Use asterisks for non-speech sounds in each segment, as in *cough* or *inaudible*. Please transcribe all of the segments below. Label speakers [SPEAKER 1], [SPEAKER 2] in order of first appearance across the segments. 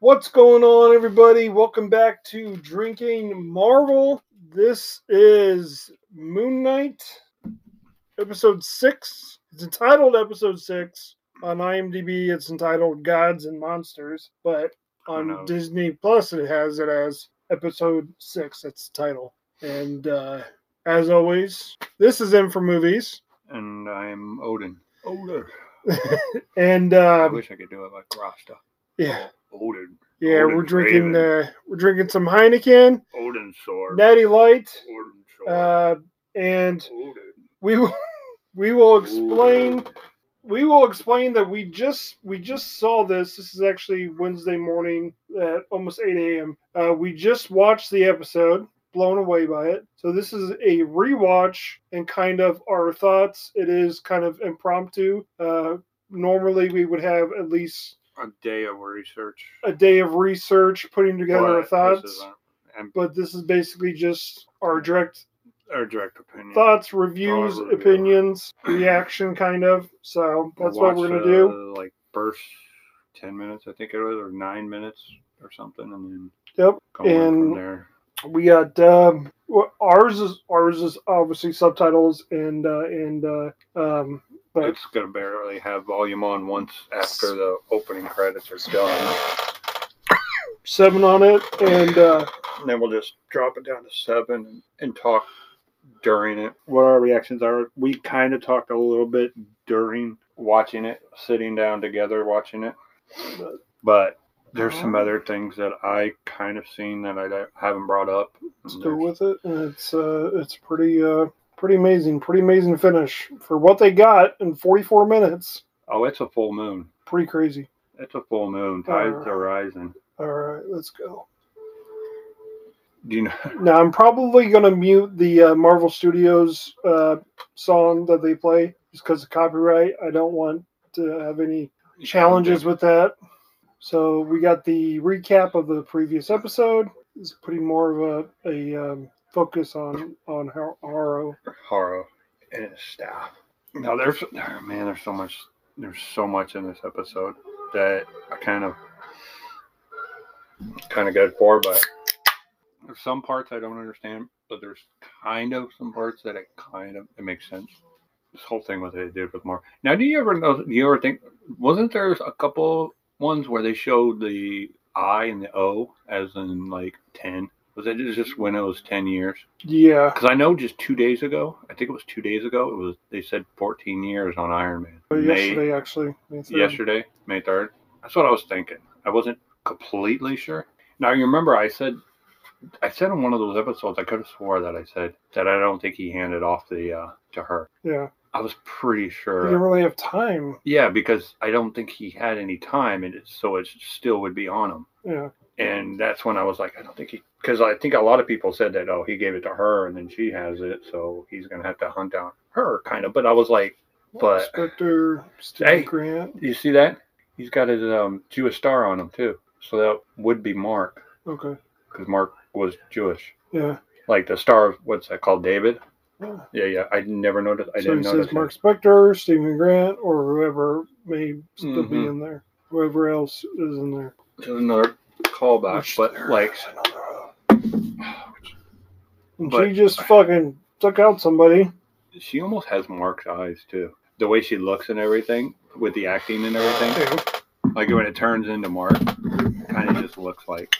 [SPEAKER 1] What's going on, everybody? Welcome back to Drinking Marvel. This is Moon Knight, episode six. It's entitled episode six. On IMDb, it's entitled Gods and Monsters, but
[SPEAKER 2] Who
[SPEAKER 1] on
[SPEAKER 2] knows?
[SPEAKER 1] Disney Plus, it has it as episode six. That's the title. And uh, as always, this is in for movies.
[SPEAKER 2] and I'm Odin. Odin.
[SPEAKER 1] and
[SPEAKER 2] I
[SPEAKER 1] uh,
[SPEAKER 2] wish I could do it like Rasta.
[SPEAKER 1] yeah,
[SPEAKER 2] Odin.
[SPEAKER 1] yeah,
[SPEAKER 2] Golden
[SPEAKER 1] we're drinking uh,
[SPEAKER 2] Raven.
[SPEAKER 1] we're drinking some Heineken,
[SPEAKER 2] Odin sword.
[SPEAKER 1] Natty Light.
[SPEAKER 2] Odin sword.
[SPEAKER 1] Uh, and
[SPEAKER 2] Odin.
[SPEAKER 1] we will, *laughs* we will explain
[SPEAKER 2] Odin.
[SPEAKER 1] we will explain that we just we just saw this. This is actually Wednesday morning at almost eight a.m. Uh, we just watched the episode, blown away by it. So this is a rewatch and kind of our thoughts. It is kind of impromptu. Uh, normally we would have at least
[SPEAKER 2] A day of research.
[SPEAKER 1] a day of research, putting together
[SPEAKER 2] But
[SPEAKER 1] our
[SPEAKER 2] this
[SPEAKER 1] thoughts.
[SPEAKER 2] isn't- And
[SPEAKER 1] But this is basically just our direct
[SPEAKER 2] our direct opinion.
[SPEAKER 1] thoughts, reviews,
[SPEAKER 2] Mm-hmm. review.
[SPEAKER 1] opinions, reaction, kind of. So that's what we're gonna do.
[SPEAKER 2] uh, Like first ten minutes, I think it was, or nine minutes or something, and then
[SPEAKER 1] Yep.
[SPEAKER 2] go on
[SPEAKER 1] And-
[SPEAKER 2] from there.
[SPEAKER 1] We got um, well, ours is ours is obviously subtitles and uh, and uh, um, but
[SPEAKER 2] It's gonna barely have volume on once after the opening credits are done.
[SPEAKER 1] seven on it and uh,
[SPEAKER 2] And then we'll just drop it down to seven and, and talk during it what our reactions are. We kind of talked a little bit during watching it, sitting down together watching it. But there's some other things that I kind of seen that I don't- haven't brought up.
[SPEAKER 1] let's go with it. And it's uh, it's pretty uh, pretty amazing, pretty amazing finish for what they got in 44 minutes.
[SPEAKER 2] Oh, it's a full moon.
[SPEAKER 1] Pretty crazy.
[SPEAKER 2] It's a full moon. Tides
[SPEAKER 1] Uh.
[SPEAKER 2] are rising.
[SPEAKER 1] All right, let's go.
[SPEAKER 2] Do you know?
[SPEAKER 1] Now I'm probably gonna mute the uh, Marvel Studios uh, song that they play just because of copyright. I don't want to have any challenges with that. So we got the recap of the previous episode. It's putting more of a, a um, focus on on Har- Haro.
[SPEAKER 2] Haro and his staff. Now there's oh, man, there's so much there's so much in this episode that I kind of kind of good for, but there's some parts I don't understand, but there's kind of some parts that it kind of it makes sense. This whole thing what they did with Mar. Now, do you ever know? Do you ever think? Wasn't there a couple ones where they showed the I and the O as in like ten? Was it just when it was ten years?
[SPEAKER 1] Yeah,
[SPEAKER 2] Because I know just two days ago, I think it was two days ago, it was they said 14 years on Iron Man.
[SPEAKER 1] or
[SPEAKER 2] May,
[SPEAKER 1] uh, yesterday actually. May third.
[SPEAKER 2] yesterday, May 3rd. That's what I was thinking. I wasn't completely sure. Now you remember I said, I said on one of those episodes, I could have swore that I said that I don't think he handed off the uh, to her.
[SPEAKER 1] Yeah,
[SPEAKER 2] I was pretty
[SPEAKER 1] you didn't
[SPEAKER 2] sure.
[SPEAKER 1] really have time.
[SPEAKER 2] Yeah, because I don't think he had any time, and it, so it still would be on him
[SPEAKER 1] Yeah,
[SPEAKER 2] and that's when I was like, I don't think he, because I think a lot of people said that, oh, he gave it to her and then she has it, so he's gonna have to hunt down her, kind of. But I was like, But-
[SPEAKER 1] Inspector Steve
[SPEAKER 2] Hey.
[SPEAKER 1] Grant.
[SPEAKER 2] you see that? He's got his um, Jewish star on him too, so that would be Mark,
[SPEAKER 1] Okay.
[SPEAKER 2] because Mark was Jewish.
[SPEAKER 1] Yeah.
[SPEAKER 2] Like the star, of, what's that called, David?
[SPEAKER 1] yeah.
[SPEAKER 2] Yeah, yeah. I never noticed. I
[SPEAKER 1] so he
[SPEAKER 2] didn't notice.
[SPEAKER 1] says
[SPEAKER 2] that.
[SPEAKER 1] Mark Spector, Stephen Grant, or whoever may still be
[SPEAKER 2] Mhm.
[SPEAKER 1] in there. Whoever else is in there.
[SPEAKER 2] There's another callback,
[SPEAKER 1] Which
[SPEAKER 2] Uh, but
[SPEAKER 1] there
[SPEAKER 2] like,
[SPEAKER 1] is another- uh, And
[SPEAKER 2] But-
[SPEAKER 1] she just fucking took out somebody.
[SPEAKER 2] she almost has Mark's eyes too. The way she looks and everything, with the acting and everything. Like when it turns into Mark, kind of just looks like.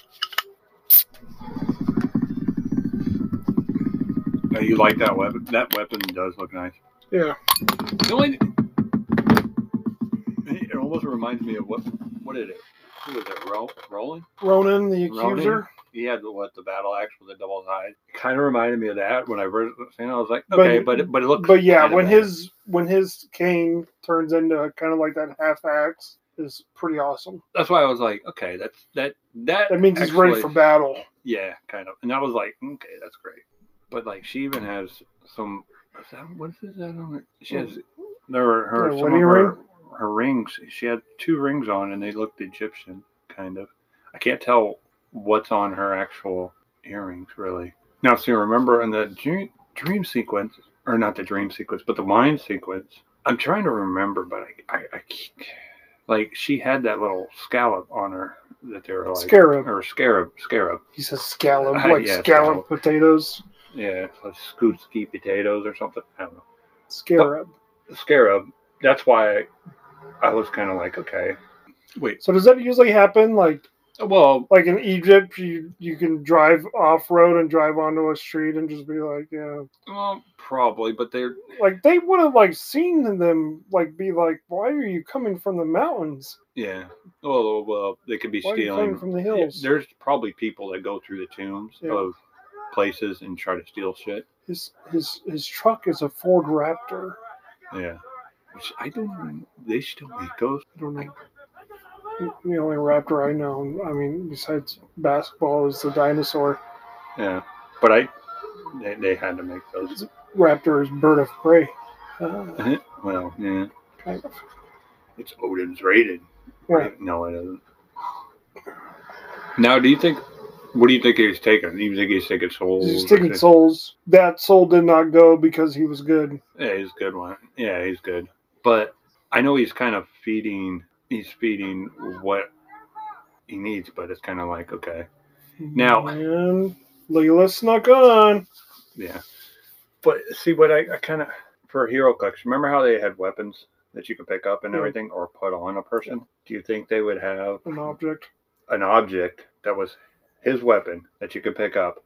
[SPEAKER 2] Oh, you like that weapon? That weapon does look nice.
[SPEAKER 1] Yeah.
[SPEAKER 2] The only, it almost reminds me of what? What is it? Who was it? Ro- Roland?
[SPEAKER 1] Ronan, the
[SPEAKER 2] Ronan?
[SPEAKER 1] accuser.
[SPEAKER 2] He had the, what the battle axe with the double eyes. Kind of reminded me of that when I first seen it. I was like,
[SPEAKER 1] But-
[SPEAKER 2] okay, but it, but it looks.
[SPEAKER 1] But yeah,
[SPEAKER 2] kinda
[SPEAKER 1] when
[SPEAKER 2] better.
[SPEAKER 1] his when his cane turns into kind of like that half axe is pretty awesome.
[SPEAKER 2] that's why I was like, okay, that's that that.
[SPEAKER 1] That means he's ready
[SPEAKER 2] actually-
[SPEAKER 1] for battle.
[SPEAKER 2] Yeah, kind of. And I was like, okay, that's great. But like, she even has some. Is that, what is that on her? She has there were
[SPEAKER 1] Yeah,
[SPEAKER 2] her some of
[SPEAKER 1] wedding
[SPEAKER 2] her, her rings. She had two rings on, and they looked Egyptian, kind of. I can't tell what's on her actual earrings really. Now, see, remember in the dream, dream sequence, or not the dream sequence, but the mind sequence. I'm trying to remember, but I, I, I can't- Like she had that little scallop on her that they were like
[SPEAKER 1] Scarab.
[SPEAKER 2] *laughs* or scarab scarab.
[SPEAKER 1] He says scallop,
[SPEAKER 2] Uh,
[SPEAKER 1] like
[SPEAKER 2] *laughs* yeah,
[SPEAKER 1] scallop potatoes.
[SPEAKER 2] Yeah, it's like scootski potatoes or something. I don't know.
[SPEAKER 1] Scarab.
[SPEAKER 2] Scarab. That's why I, I was kind of like, okay, wait.
[SPEAKER 1] So does that usually happen? Like
[SPEAKER 2] Well,
[SPEAKER 1] like in Egypt, you you can drive off road and drive onto a street and just be like, yeah.
[SPEAKER 2] well probably, but they're
[SPEAKER 1] Like they would have like seen them like be like, why are you coming from the mountains?
[SPEAKER 2] yeah. Well, well, they could be
[SPEAKER 1] Why are you
[SPEAKER 2] stealing
[SPEAKER 1] coming from the
[SPEAKER 2] Yeah,
[SPEAKER 1] hills?
[SPEAKER 2] There's probably people that go through the tombs
[SPEAKER 1] Yeah.
[SPEAKER 2] of places and try to steal shit.
[SPEAKER 1] his his his truck is a Ford Raptor.
[SPEAKER 2] Yeah. Which I don't. They still make those.
[SPEAKER 1] I don't know. The only Raptor I know, I mean, besides basketball, is the dinosaur.
[SPEAKER 2] Yeah. But I. They, they had to make those.
[SPEAKER 1] Raptor is bird of prey. Uh,
[SPEAKER 2] *laughs* Well, yeah.
[SPEAKER 1] kind of.
[SPEAKER 2] It's Odin's rated.
[SPEAKER 1] Right.
[SPEAKER 2] No, it isn't. Now, do you think? What do you think he's taking? Do you think he's taking souls?
[SPEAKER 1] He's
[SPEAKER 2] or
[SPEAKER 1] taking
[SPEAKER 2] shit?
[SPEAKER 1] souls. That soul did not go because he was good.
[SPEAKER 2] Yeah, he's a good one. Yeah, he's good. But I know he's kind of feeding. He's feeding what he needs, but it's kind of like okay, Now-
[SPEAKER 1] and Leela snuck on.
[SPEAKER 2] yeah. But see, what I, I kind of for hero clicks. Remember how they had weapons that you could pick up and
[SPEAKER 1] Yeah.
[SPEAKER 2] everything, or put on a person? Do you think they would have
[SPEAKER 1] An object.
[SPEAKER 2] an object that was his weapon that you could pick up,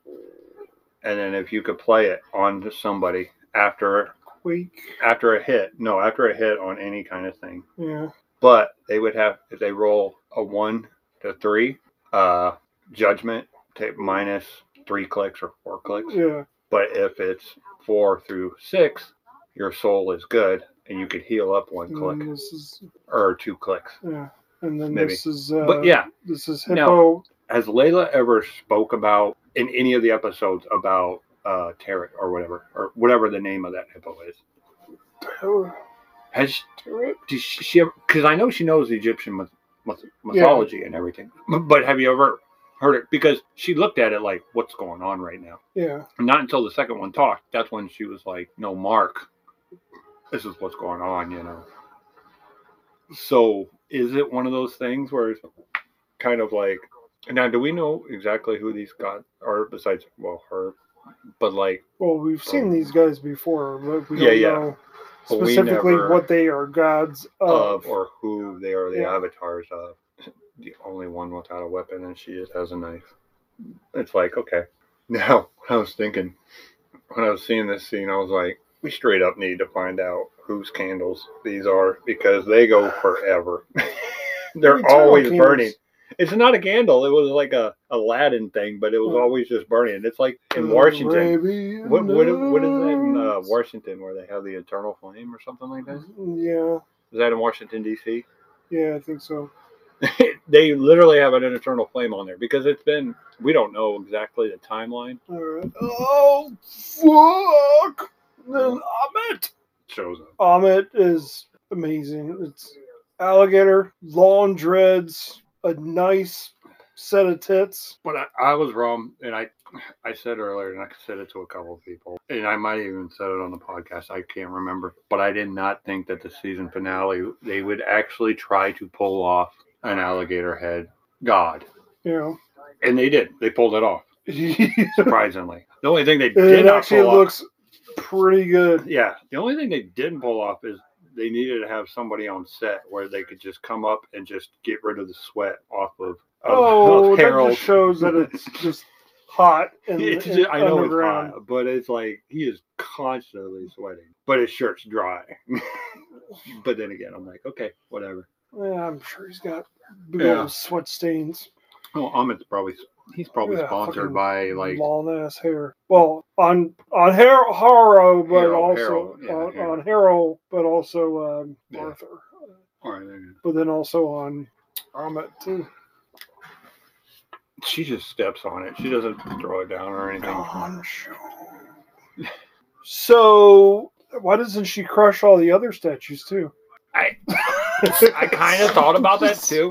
[SPEAKER 2] and then if you could play it onto somebody after
[SPEAKER 1] Quake.
[SPEAKER 2] after a hit, no, after a hit on any kind of thing,
[SPEAKER 1] Yeah.
[SPEAKER 2] but they would have if they roll a one to three, uh, judgment take minus three clicks or four clicks.
[SPEAKER 1] Yeah.
[SPEAKER 2] But if it's four through six, your soul is good and you could heal up one
[SPEAKER 1] And
[SPEAKER 2] click
[SPEAKER 1] then this is
[SPEAKER 2] or two clicks.
[SPEAKER 1] yeah. And then
[SPEAKER 2] Maybe.
[SPEAKER 1] this is uh,
[SPEAKER 2] But yeah,
[SPEAKER 1] this is
[SPEAKER 2] No.
[SPEAKER 1] hippo.
[SPEAKER 2] has Layla ever spoke about in any of the episodes about uh Tarot or whatever or whatever the name of that hippo is?
[SPEAKER 1] Terror.
[SPEAKER 2] Has
[SPEAKER 1] Terror.
[SPEAKER 2] does she because I know she knows the Egyptian myth, myth-
[SPEAKER 1] Yeah.
[SPEAKER 2] mythology and everything, but have you ever heard it? Because she looked at it like, what's going on right now?
[SPEAKER 1] Yeah.
[SPEAKER 2] Not until the second one talked. That's when she was like, no, Mark, this is what's going on, you know. So is it one of those things where it's kind of like, now, do we know exactly who these gods are besides, well, her? But like,
[SPEAKER 1] Well, we've seen these guys before, but we
[SPEAKER 2] Oh. Yeah,
[SPEAKER 1] don't
[SPEAKER 2] yeah.
[SPEAKER 1] know
[SPEAKER 2] But we
[SPEAKER 1] specifically
[SPEAKER 2] never-
[SPEAKER 1] what they are gods of.
[SPEAKER 2] of or who they are the
[SPEAKER 1] Oh, Yeah.
[SPEAKER 2] avatars of. *laughs* The only one without a weapon, and she just has a knife. It's like, okay. *laughs* Now, when I was thinking, when I was seeing this scene, I was like, we straight up need to find out whose candles these are because they go forever. *laughs* They're
[SPEAKER 1] Eternal
[SPEAKER 2] always
[SPEAKER 1] candles.
[SPEAKER 2] burning. It's not a candle. It was like a Aladdin thing, but it was
[SPEAKER 1] Hmm.
[SPEAKER 2] always just burning. It's like in
[SPEAKER 1] The
[SPEAKER 2] Washington.
[SPEAKER 1] Arabian
[SPEAKER 2] What, what, what is that in uh,
[SPEAKER 1] Nights.
[SPEAKER 2] Washington where they have the eternal flame or something like that?
[SPEAKER 1] Yeah,
[SPEAKER 2] Is that in Washington, D.C.?
[SPEAKER 1] yeah, I think so.
[SPEAKER 2] they literally have an eternal flame on there because it's been we don't know exactly the timeline
[SPEAKER 1] All right. Oh fuck! Then Amit.
[SPEAKER 2] It shows up
[SPEAKER 1] Amit is amazing. It's alligator, long dreads, a nice set of tits.
[SPEAKER 2] but I, I was wrong and i i said earlier and i said it to a couple of people and i might even said it on the podcast i can't remember but i did not think that the season finale they would actually try to pull off an alligator head god
[SPEAKER 1] You know, *laughs*
[SPEAKER 2] and they did they pulled it off
[SPEAKER 1] it,
[SPEAKER 2] surprisingly the only thing they did not
[SPEAKER 1] actually
[SPEAKER 2] pull off-
[SPEAKER 1] looks pretty good.
[SPEAKER 2] Yeah, the only thing they didn't pull off is they needed to have somebody on set where they could just come up and just get rid of the sweat off of. of
[SPEAKER 1] Oh,
[SPEAKER 2] of
[SPEAKER 1] that
[SPEAKER 2] Harold.
[SPEAKER 1] just
[SPEAKER 2] *laughs*
[SPEAKER 1] shows that it's just hot and,
[SPEAKER 2] It's
[SPEAKER 1] and
[SPEAKER 2] ju- I know it's
[SPEAKER 1] underground.
[SPEAKER 2] hot, but it's like he is constantly sweating, but his shirt's dry. *laughs* but then again, I'm like, okay, whatever.
[SPEAKER 1] Yeah, I'm sure he's got big
[SPEAKER 2] Yeah.
[SPEAKER 1] old sweat stains.
[SPEAKER 2] Well, Amit's probably he's probably
[SPEAKER 1] Yeah,
[SPEAKER 2] sponsored
[SPEAKER 1] fucking
[SPEAKER 2] by like
[SPEAKER 1] long ass hair. Well, on on Har- Harrow, but
[SPEAKER 2] Harrow,
[SPEAKER 1] also
[SPEAKER 2] Harrow, yeah,
[SPEAKER 1] on,
[SPEAKER 2] Harrow.
[SPEAKER 1] on Harrow, but also um,
[SPEAKER 2] Yeah.
[SPEAKER 1] Arthur,
[SPEAKER 2] all right, there you go.
[SPEAKER 1] but then also on Amit too.
[SPEAKER 2] she just steps on it. She doesn't throw it down or anything.
[SPEAKER 1] *laughs* Gone show. so why doesn't she crush all the other statues too?
[SPEAKER 2] I I kind of
[SPEAKER 1] *laughs*
[SPEAKER 2] thought about that too.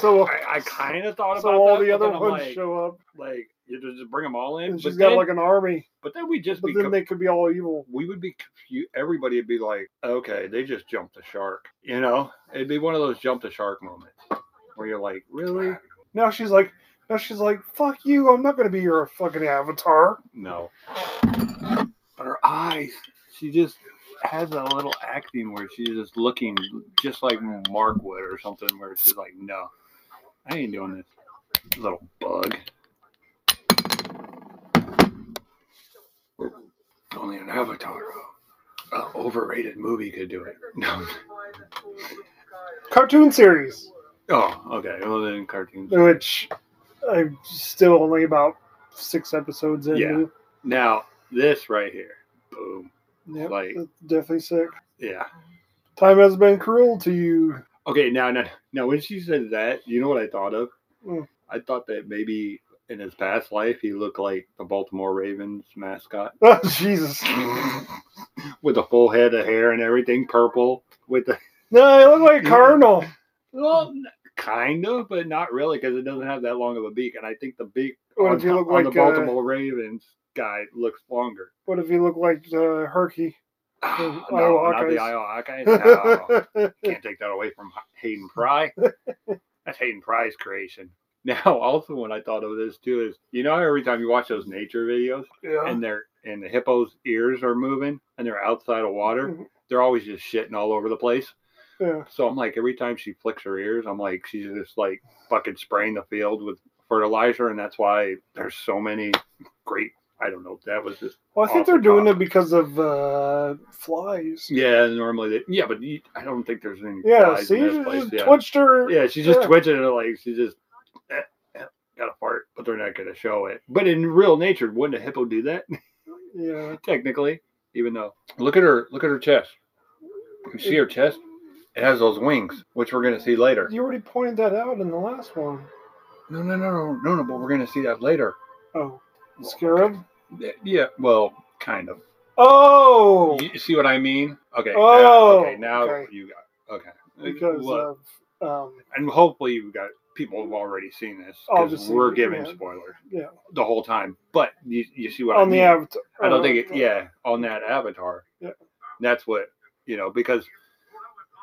[SPEAKER 1] So
[SPEAKER 2] I, I kind of thought
[SPEAKER 1] so
[SPEAKER 2] about
[SPEAKER 1] all
[SPEAKER 2] that,
[SPEAKER 1] the
[SPEAKER 2] but
[SPEAKER 1] other
[SPEAKER 2] then I'm
[SPEAKER 1] ones
[SPEAKER 2] like,
[SPEAKER 1] show up.
[SPEAKER 2] like You just bring them all in.
[SPEAKER 1] And she's
[SPEAKER 2] But
[SPEAKER 1] got
[SPEAKER 2] then,
[SPEAKER 1] like an army,
[SPEAKER 2] but then we just
[SPEAKER 1] but
[SPEAKER 2] be
[SPEAKER 1] then
[SPEAKER 2] com-
[SPEAKER 1] they could be all evil.
[SPEAKER 2] we would be confused. Everybody would be like, okay, they just jumped the shark. You know, it'd be one of those jump the shark moments where you're like, really?
[SPEAKER 1] Now she's like, now she's like, fuck you! I'm not gonna be your fucking avatar.
[SPEAKER 2] No. But her eyes, she just has that little acting where she's just looking just like Mark would or something, where she's like, no, I ain't doing this. Little bug. Only an avatar. An overrated movie could do it. *laughs* No.
[SPEAKER 1] Cartoon series,
[SPEAKER 2] Oh, okay. Well, then cartoons.
[SPEAKER 1] which I'm still only about six episodes in.
[SPEAKER 2] Yeah. Now, this right here. Boom.
[SPEAKER 1] Yep,
[SPEAKER 2] Like-
[SPEAKER 1] that's definitely sick.
[SPEAKER 2] Yeah.
[SPEAKER 1] Time has been cruel to you. *laughs*
[SPEAKER 2] Okay, now, now, now, when she said that, you know what I thought of?
[SPEAKER 1] Mm.
[SPEAKER 2] I thought that maybe in his past life he looked like the Baltimore Ravens mascot *laughs*
[SPEAKER 1] Oh, Jesus.
[SPEAKER 2] with a full head of hair and everything, purple. With the *laughs*
[SPEAKER 1] No, I look like a cardinal.
[SPEAKER 2] well, n- kind of, but not really because it doesn't have that long of a beak. And I think the beak
[SPEAKER 1] What
[SPEAKER 2] on,
[SPEAKER 1] if you look
[SPEAKER 2] on
[SPEAKER 1] like
[SPEAKER 2] the
[SPEAKER 1] uh,
[SPEAKER 2] Baltimore Ravens guy looks longer. *sighs*
[SPEAKER 1] What if you look like uh, Herky?
[SPEAKER 2] no,
[SPEAKER 1] Iowa
[SPEAKER 2] not the
[SPEAKER 1] Hawkeyes.
[SPEAKER 2] Iowa Hawkeyes.
[SPEAKER 1] *laughs*
[SPEAKER 2] No. Can't take that away from Hayden Pry. That's Hayden Pry's creation. Now, *laughs* also, when I thought of this too is, you know, how every time you watch those nature videos
[SPEAKER 1] yeah.
[SPEAKER 2] and they're and the hippos' ears are moving and they're outside of water,
[SPEAKER 1] Mhm.
[SPEAKER 2] they're always just shitting all over the place.
[SPEAKER 1] Yeah.
[SPEAKER 2] So I'm like, every time she flicks her ears, I'm like, she's just like fucking spraying the field with fertilizer, and that's why there's so many great. I don't know. That was just
[SPEAKER 1] Well, I
[SPEAKER 2] Off
[SPEAKER 1] think
[SPEAKER 2] the
[SPEAKER 1] they're doing
[SPEAKER 2] top.
[SPEAKER 1] it because of uh, flies.
[SPEAKER 2] yeah. Normally, they, yeah, but you, I don't think there's any.
[SPEAKER 1] Yeah,
[SPEAKER 2] flies
[SPEAKER 1] see,
[SPEAKER 2] in this
[SPEAKER 1] you
[SPEAKER 2] place,
[SPEAKER 1] just
[SPEAKER 2] yeah.
[SPEAKER 1] twitched her.
[SPEAKER 2] Yeah, she just
[SPEAKER 1] Yeah.
[SPEAKER 2] twitching it like she just eh, eh, got a fart, but they're not going to show it. But in real nature, wouldn't a hippo do that? *laughs*
[SPEAKER 1] Yeah.
[SPEAKER 2] Technically, even though look at her, look at her chest. You see her chest? It has those wings, which we're going to see later.
[SPEAKER 1] You already pointed that out in the last one.
[SPEAKER 2] No, no, no, no, no, no. But we're going to see that later.
[SPEAKER 1] Oh, scarab.
[SPEAKER 2] Yeah, Yeah, well, kind of.
[SPEAKER 1] Oh,
[SPEAKER 2] You see what I mean? Okay. now-
[SPEAKER 1] Oh,
[SPEAKER 2] okay. Now
[SPEAKER 1] okay.
[SPEAKER 2] you got. Okay.
[SPEAKER 1] because
[SPEAKER 2] Look,
[SPEAKER 1] of um,
[SPEAKER 2] and hopefully you've got people who've already seen this because
[SPEAKER 1] Obviously,
[SPEAKER 2] we're giving
[SPEAKER 1] yeah.
[SPEAKER 2] spoilers
[SPEAKER 1] Yeah.
[SPEAKER 2] the whole time. But you, you see what I
[SPEAKER 1] on
[SPEAKER 2] mean?
[SPEAKER 1] the avatar. uh,
[SPEAKER 2] I don't think it. Yeah, on that avatar.
[SPEAKER 1] Yeah.
[SPEAKER 2] That's what you know because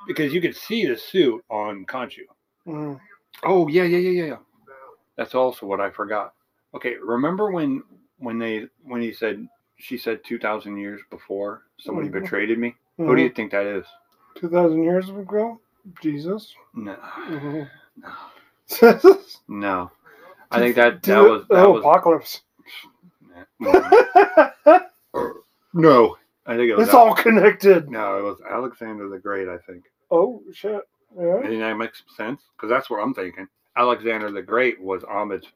[SPEAKER 2] because you could see the suit on Conchu.
[SPEAKER 1] Mhm.
[SPEAKER 2] Oh yeah yeah yeah yeah yeah. That's also what I forgot. Okay, remember when when they when he said she said two thousand years before somebody
[SPEAKER 1] Mhm.
[SPEAKER 2] betrayed me. Who do you think that is?
[SPEAKER 1] Mhm. Two thousand years ago, Jesus.
[SPEAKER 2] No,
[SPEAKER 1] Mhm.
[SPEAKER 2] no,
[SPEAKER 1] *laughs* Do
[SPEAKER 2] no. I think that that
[SPEAKER 1] the-
[SPEAKER 2] was that
[SPEAKER 1] oh,
[SPEAKER 2] was
[SPEAKER 1] apocalypse. *laughs*
[SPEAKER 2] No. *laughs* no. I think it was
[SPEAKER 1] it's all connected.
[SPEAKER 2] No, it was Alexander the Great, I think.
[SPEAKER 1] Oh shit! Yeah.
[SPEAKER 2] Doesn't that make sense? Because that's what I'm thinking. Alexander the Great was Ahmed's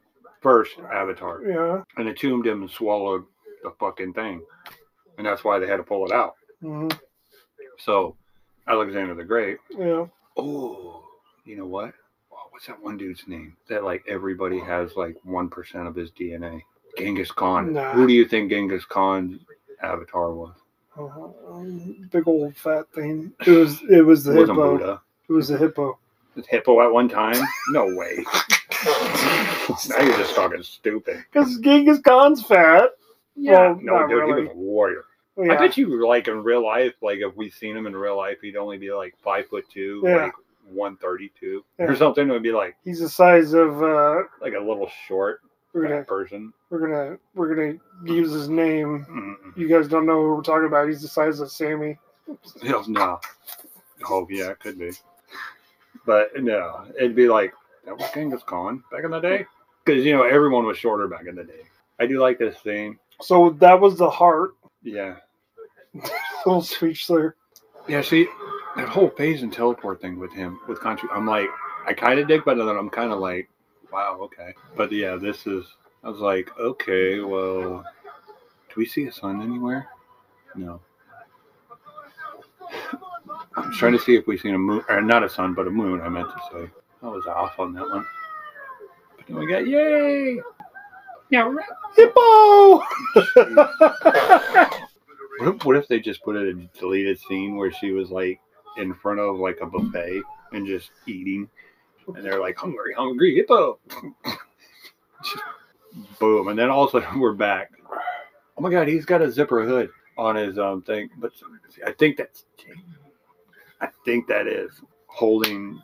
[SPEAKER 2] first avatar
[SPEAKER 1] Yeah.
[SPEAKER 2] and entombed him and swallowed the fucking thing. And that's why they had to pull it out.
[SPEAKER 1] Mhm.
[SPEAKER 2] So, Alexander the Great.
[SPEAKER 1] Yeah.
[SPEAKER 2] Oh, you know what? Oh, What's that one dude's name? That like everybody has like 1% of his DNA. Genghis Khan.
[SPEAKER 1] Nah.
[SPEAKER 2] Who do you think Genghis Khan's avatar was?
[SPEAKER 1] Uh-huh. Big old fat thing. It was. It was the
[SPEAKER 2] It wasn't
[SPEAKER 1] hippo.
[SPEAKER 2] Buddha.
[SPEAKER 1] It was the hippo.
[SPEAKER 2] It was hippo at one time? No
[SPEAKER 1] *laughs*
[SPEAKER 2] way. now you're just talking stupid.
[SPEAKER 1] Because Genghis Khan's fat. Yeah,
[SPEAKER 2] no,
[SPEAKER 1] not
[SPEAKER 2] dude, he
[SPEAKER 1] really.
[SPEAKER 2] was a warrior.
[SPEAKER 1] Yeah.
[SPEAKER 2] I bet you, like in real life, like if we seen him in real life, he'd only be like five foot two,
[SPEAKER 1] Yeah.
[SPEAKER 2] like one thirty two
[SPEAKER 1] Yeah.
[SPEAKER 2] or something. It would be like
[SPEAKER 1] He's the size of. Uh,
[SPEAKER 2] like a little short
[SPEAKER 1] we're gonna.
[SPEAKER 2] fat person.
[SPEAKER 1] We're gonna. We're gonna use his name.
[SPEAKER 2] Mm-mm.
[SPEAKER 1] You guys don't know who we're talking about. He's the size of Sammy.
[SPEAKER 2] Yeah, No, oh yeah, it could be, but no, it'd be like that was Genghis Khan back in the day, because you know everyone was shorter back in the day. I do like this thing.
[SPEAKER 1] So that was the heart. *laughs*
[SPEAKER 2] Yeah,
[SPEAKER 1] Little speech there.
[SPEAKER 2] Yeah, see, that whole phase and teleport thing with him, with Conchu, I'm like, I kind of dig, but then I'm kind of like, wow, okay. But yeah, this is, I was like, okay, well, do we see a sun anywhere? No. I'm trying to see if we've seen a moon, or not a sun, but a moon, I meant to say. I was off on that one. But then we got, yay! Now, *laughs*
[SPEAKER 1] Hippo. *laughs*
[SPEAKER 2] What if, what if they just put in a deleted scene where she was like in front of like a buffet and *laughs* just eating, and they're like hungry, hungry hippo. boom, and then all of a sudden *laughs* we're back. Oh my god, he's got a zipper hood on his um thing, but I think that's I think that is holding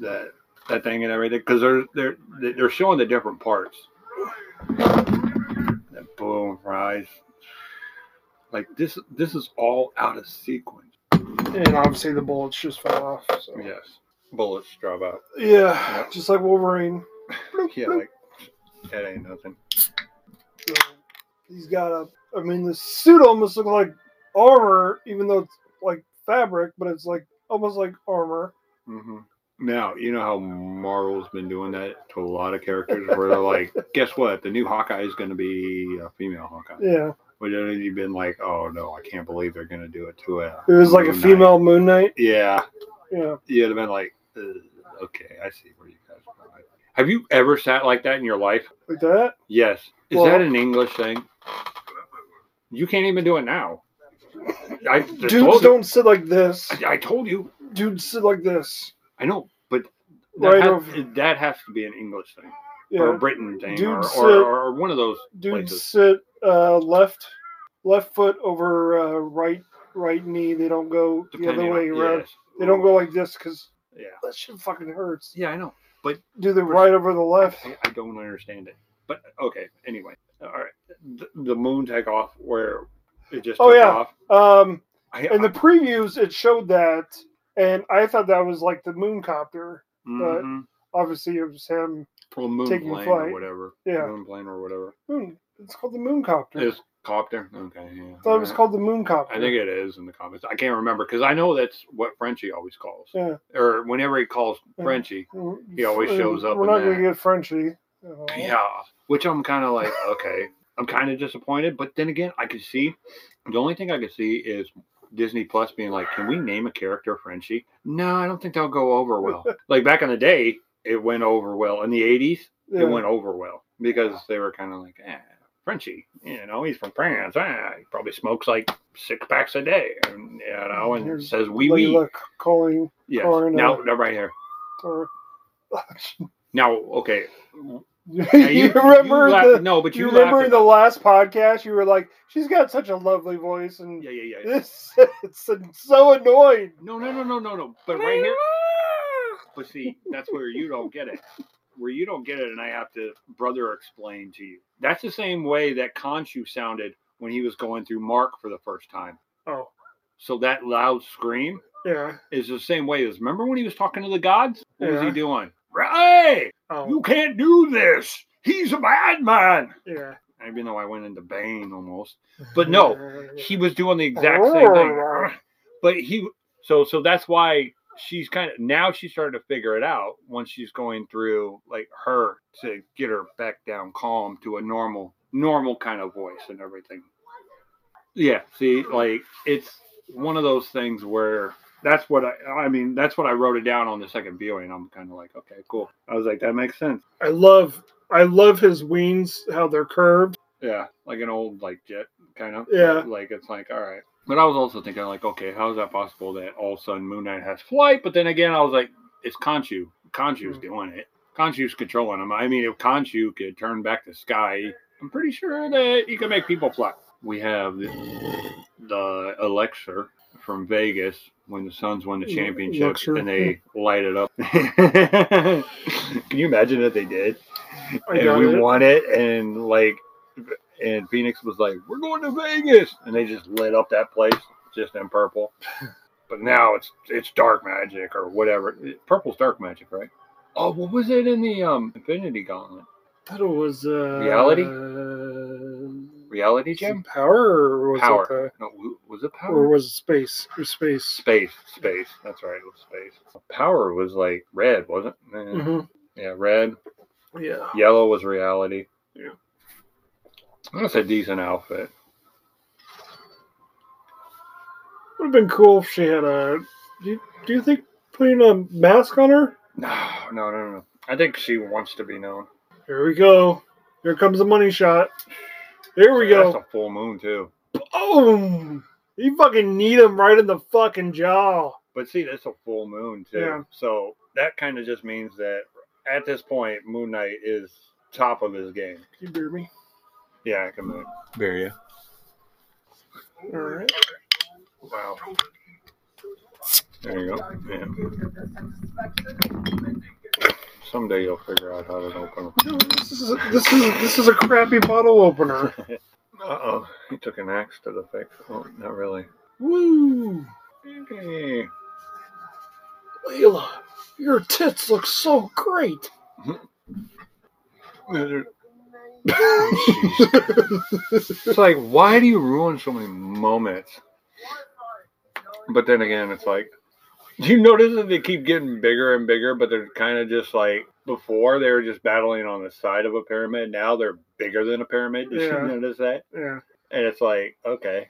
[SPEAKER 2] that that thing and everything because they're they're they're showing the different parts. That boom rise, like this this is all out of sequence.
[SPEAKER 1] And obviously the bullets just fell off. So.
[SPEAKER 2] Yes, bullets drop out.
[SPEAKER 1] Yeah,
[SPEAKER 2] Yep.
[SPEAKER 1] just like Wolverine. Bloop,
[SPEAKER 2] Yeah,
[SPEAKER 1] bloop.
[SPEAKER 2] like that ain't nothing.
[SPEAKER 1] So, he's got a. I mean, the suit almost looks like armor, even though it's like fabric, but it's like almost like armor.
[SPEAKER 2] hmm Now you know how Marvel's been doing that to a lot of characters, where they're *laughs* like, "Guess what? The new Hawkeye is going to be a female Hawkeye."
[SPEAKER 1] Yeah,
[SPEAKER 2] But then you've been like, "Oh no, I can't believe they're going to do it to a."
[SPEAKER 1] it was like a
[SPEAKER 2] Moon Knight."
[SPEAKER 1] female Moon Knight.
[SPEAKER 2] Yeah,
[SPEAKER 1] Yeah,
[SPEAKER 2] you'd have been like, "Uh, "Okay, I see where you guys are going." Have you ever sat like that in your life?
[SPEAKER 1] like that.
[SPEAKER 2] Yes. Is
[SPEAKER 1] Well-
[SPEAKER 2] that an English thing? You can't even do it now. I just
[SPEAKER 1] Dudes
[SPEAKER 2] told you.
[SPEAKER 1] don't sit like this.
[SPEAKER 2] I, I told you.
[SPEAKER 1] Dudes sit like this.
[SPEAKER 2] I know, but that,
[SPEAKER 1] Right
[SPEAKER 2] has,
[SPEAKER 1] over.
[SPEAKER 2] that has to be an English thing. or
[SPEAKER 1] Yeah,
[SPEAKER 2] a Britain thing, or,
[SPEAKER 1] Dude
[SPEAKER 2] or,
[SPEAKER 1] said-
[SPEAKER 2] or, or one of those.
[SPEAKER 1] dudes
[SPEAKER 2] places.
[SPEAKER 1] sit uh, left left foot over uh, right right knee. They don't go the
[SPEAKER 2] depending
[SPEAKER 1] other way
[SPEAKER 2] on-
[SPEAKER 1] around.
[SPEAKER 2] yes.
[SPEAKER 1] They don't go like this because
[SPEAKER 2] Yeah,
[SPEAKER 1] that shit fucking hurts.
[SPEAKER 2] yeah, I know.
[SPEAKER 1] Do the right over the left.
[SPEAKER 2] I, I don't understand it, but okay. Anyway, all right. The, the moon take off where it just
[SPEAKER 1] Oh,
[SPEAKER 2] took
[SPEAKER 1] yeah.
[SPEAKER 2] off.
[SPEAKER 1] Um,
[SPEAKER 2] I,
[SPEAKER 1] in the previews, it showed that, and I thought that was like the moon copter.
[SPEAKER 2] mhm.
[SPEAKER 1] Obviously, it was him.
[SPEAKER 2] Well, moon
[SPEAKER 1] uh, taking
[SPEAKER 2] plane or
[SPEAKER 1] flight.
[SPEAKER 2] whatever.
[SPEAKER 1] Yeah.
[SPEAKER 2] moon plane or whatever.
[SPEAKER 1] Moon. It's called the moon copter.
[SPEAKER 2] It's copter. Okay, yeah.
[SPEAKER 1] I thought it was
[SPEAKER 2] Alright.
[SPEAKER 1] called the moon copter.
[SPEAKER 2] I think it is in the comments. I can't remember because I know that's what Frenchie always calls,
[SPEAKER 1] Yeah.
[SPEAKER 2] or whenever he calls
[SPEAKER 1] Yeah.
[SPEAKER 2] Frenchie,
[SPEAKER 1] Mm,
[SPEAKER 2] he always
[SPEAKER 1] uh,
[SPEAKER 2] shows up
[SPEAKER 1] We're
[SPEAKER 2] in
[SPEAKER 1] not going
[SPEAKER 2] that.
[SPEAKER 1] to get Frenchy. at all.
[SPEAKER 2] Yeah, which I'm kind of like, okay, I'm kind of disappointed. But then again, I could see the only thing I could see is Disney Plus being like, can we name a character Frenchie? No, I don't think that'll go over
[SPEAKER 1] *laughs*
[SPEAKER 2] well. like back in the day, it went over well. In the 80s,
[SPEAKER 1] Yeah.
[SPEAKER 2] it went over well because they were kind of like, eh, Frenchie, you know, he's from France. Ah, he probably smokes like six packs a day, and, you know, and
[SPEAKER 1] Here's
[SPEAKER 2] says wee
[SPEAKER 1] Lady
[SPEAKER 2] wee.
[SPEAKER 1] Luck calling.
[SPEAKER 2] Yes.
[SPEAKER 1] Corner.
[SPEAKER 2] Now, now, right here.
[SPEAKER 1] Or,
[SPEAKER 2] Now,
[SPEAKER 1] *laughs*
[SPEAKER 2] okay.
[SPEAKER 1] you,
[SPEAKER 2] Now,
[SPEAKER 1] remember
[SPEAKER 2] you laugh-
[SPEAKER 1] the?
[SPEAKER 2] no, but
[SPEAKER 1] you
[SPEAKER 2] you,
[SPEAKER 1] remember
[SPEAKER 2] laugh
[SPEAKER 1] the last podcast? You were like, "She's got such a lovely voice," and
[SPEAKER 2] yeah, yeah, yeah.
[SPEAKER 1] this *laughs* it's so annoying.
[SPEAKER 2] No, no, no, no, no, no. But right here, but see, that's where you don't get it. Where you don't get it, and I have to brother explain to you. That's the same way that Conchu sounded when he was going through Mark for the first time.
[SPEAKER 1] Oh,
[SPEAKER 2] So that loud scream
[SPEAKER 1] yeah.
[SPEAKER 2] is the same way as remember when he was talking to the gods? What was
[SPEAKER 1] Yeah.
[SPEAKER 2] he doing? Right,
[SPEAKER 1] Oh,
[SPEAKER 2] you can't do this. He's a bad man.
[SPEAKER 1] yeah.
[SPEAKER 2] Even though I went into Bane almost, but no, he was doing the exact same thing. But he so so that's why she's kind of now she's starting to figure it out once she's going through like her to get her back down calm to a normal normal kind of voice and everything. Yeah, see like it's one of those things where that's what I I mean that's what I wrote it down on the second viewing. I'm kind of like, okay, cool. I was like that makes sense.
[SPEAKER 1] I love, I love his wings, how they're curved.
[SPEAKER 2] Yeah, like an old like jet kind of.
[SPEAKER 1] Yeah.
[SPEAKER 2] Like it's like all right. But I was also thinking like, okay, how is that possible that all of a sudden Moon Knight has flight? But then again, I was like, it's Khonshu. Khonshu's
[SPEAKER 1] Hmm.
[SPEAKER 2] doing it. Khonshu's controlling him. I mean, if Khonshu could turn back the sky, I'm pretty sure that he could make people fly. We have the, the elixir from Vegas when the Suns won the
[SPEAKER 1] Mm,
[SPEAKER 2] championship
[SPEAKER 1] elixir.
[SPEAKER 2] and they light it up. *laughs* Can you imagine if they did?
[SPEAKER 1] I
[SPEAKER 2] and
[SPEAKER 1] got
[SPEAKER 2] we
[SPEAKER 1] it.
[SPEAKER 2] won it and like and phoenix was like we're going to vegas and they just lit up that place just
[SPEAKER 1] *laughs*
[SPEAKER 2] in purple but now it's it's dark magic or whatever purple's dark magic right oh what was it in the um infinity gauntlet
[SPEAKER 1] thought it was uh,
[SPEAKER 2] Reality?
[SPEAKER 1] Uh,
[SPEAKER 2] reality
[SPEAKER 1] was it
[SPEAKER 2] gem
[SPEAKER 1] power or was
[SPEAKER 2] Power.
[SPEAKER 1] it the,
[SPEAKER 2] no w- was it
[SPEAKER 1] or
[SPEAKER 2] power
[SPEAKER 1] was it space? Or space?
[SPEAKER 2] space space that's right it was space power was like red wasn't it Eh,
[SPEAKER 1] Mhm.
[SPEAKER 2] yeah red
[SPEAKER 1] Yeah.
[SPEAKER 2] yellow was reality
[SPEAKER 1] Yeah.
[SPEAKER 2] that's a decent outfit
[SPEAKER 1] Would have been cool if she had a. Do you, do you think putting a mask on her?
[SPEAKER 2] *sighs* no no no no i think she wants to be known
[SPEAKER 1] Here we go. Here comes the money shot. Here we
[SPEAKER 2] That's
[SPEAKER 1] go.
[SPEAKER 2] a full moon too.
[SPEAKER 1] Boom! You fucking need him right in the fucking jaw.
[SPEAKER 2] But see, that's a full moon too.
[SPEAKER 1] Yeah.
[SPEAKER 2] So that kind of just means that at this point, Moon Knight is top of his game.
[SPEAKER 1] You hear me?
[SPEAKER 2] Yeah, I can
[SPEAKER 3] Bury you.
[SPEAKER 1] All right.
[SPEAKER 2] Wow. There you go. Yeah. Someday you'll figure out how to open them.
[SPEAKER 1] No, This is, this is this is a crappy bottle
[SPEAKER 2] *laughs*
[SPEAKER 1] opener.
[SPEAKER 2] Uh oh. He took an axe to the face. Oh, not really.
[SPEAKER 1] Woo!
[SPEAKER 2] Hey.
[SPEAKER 1] Layla, your tits look so great.
[SPEAKER 2] Jeez. it's like, why do you ruin so many moments? But then again, it's like, do you notice that they keep getting bigger and bigger, but they're kind of just like before they were just battling on the side of a pyramid. Now they're bigger than a pyramid. Did
[SPEAKER 1] Yeah.
[SPEAKER 2] you notice that?
[SPEAKER 1] *laughs* yeah.
[SPEAKER 2] And it's like, okay,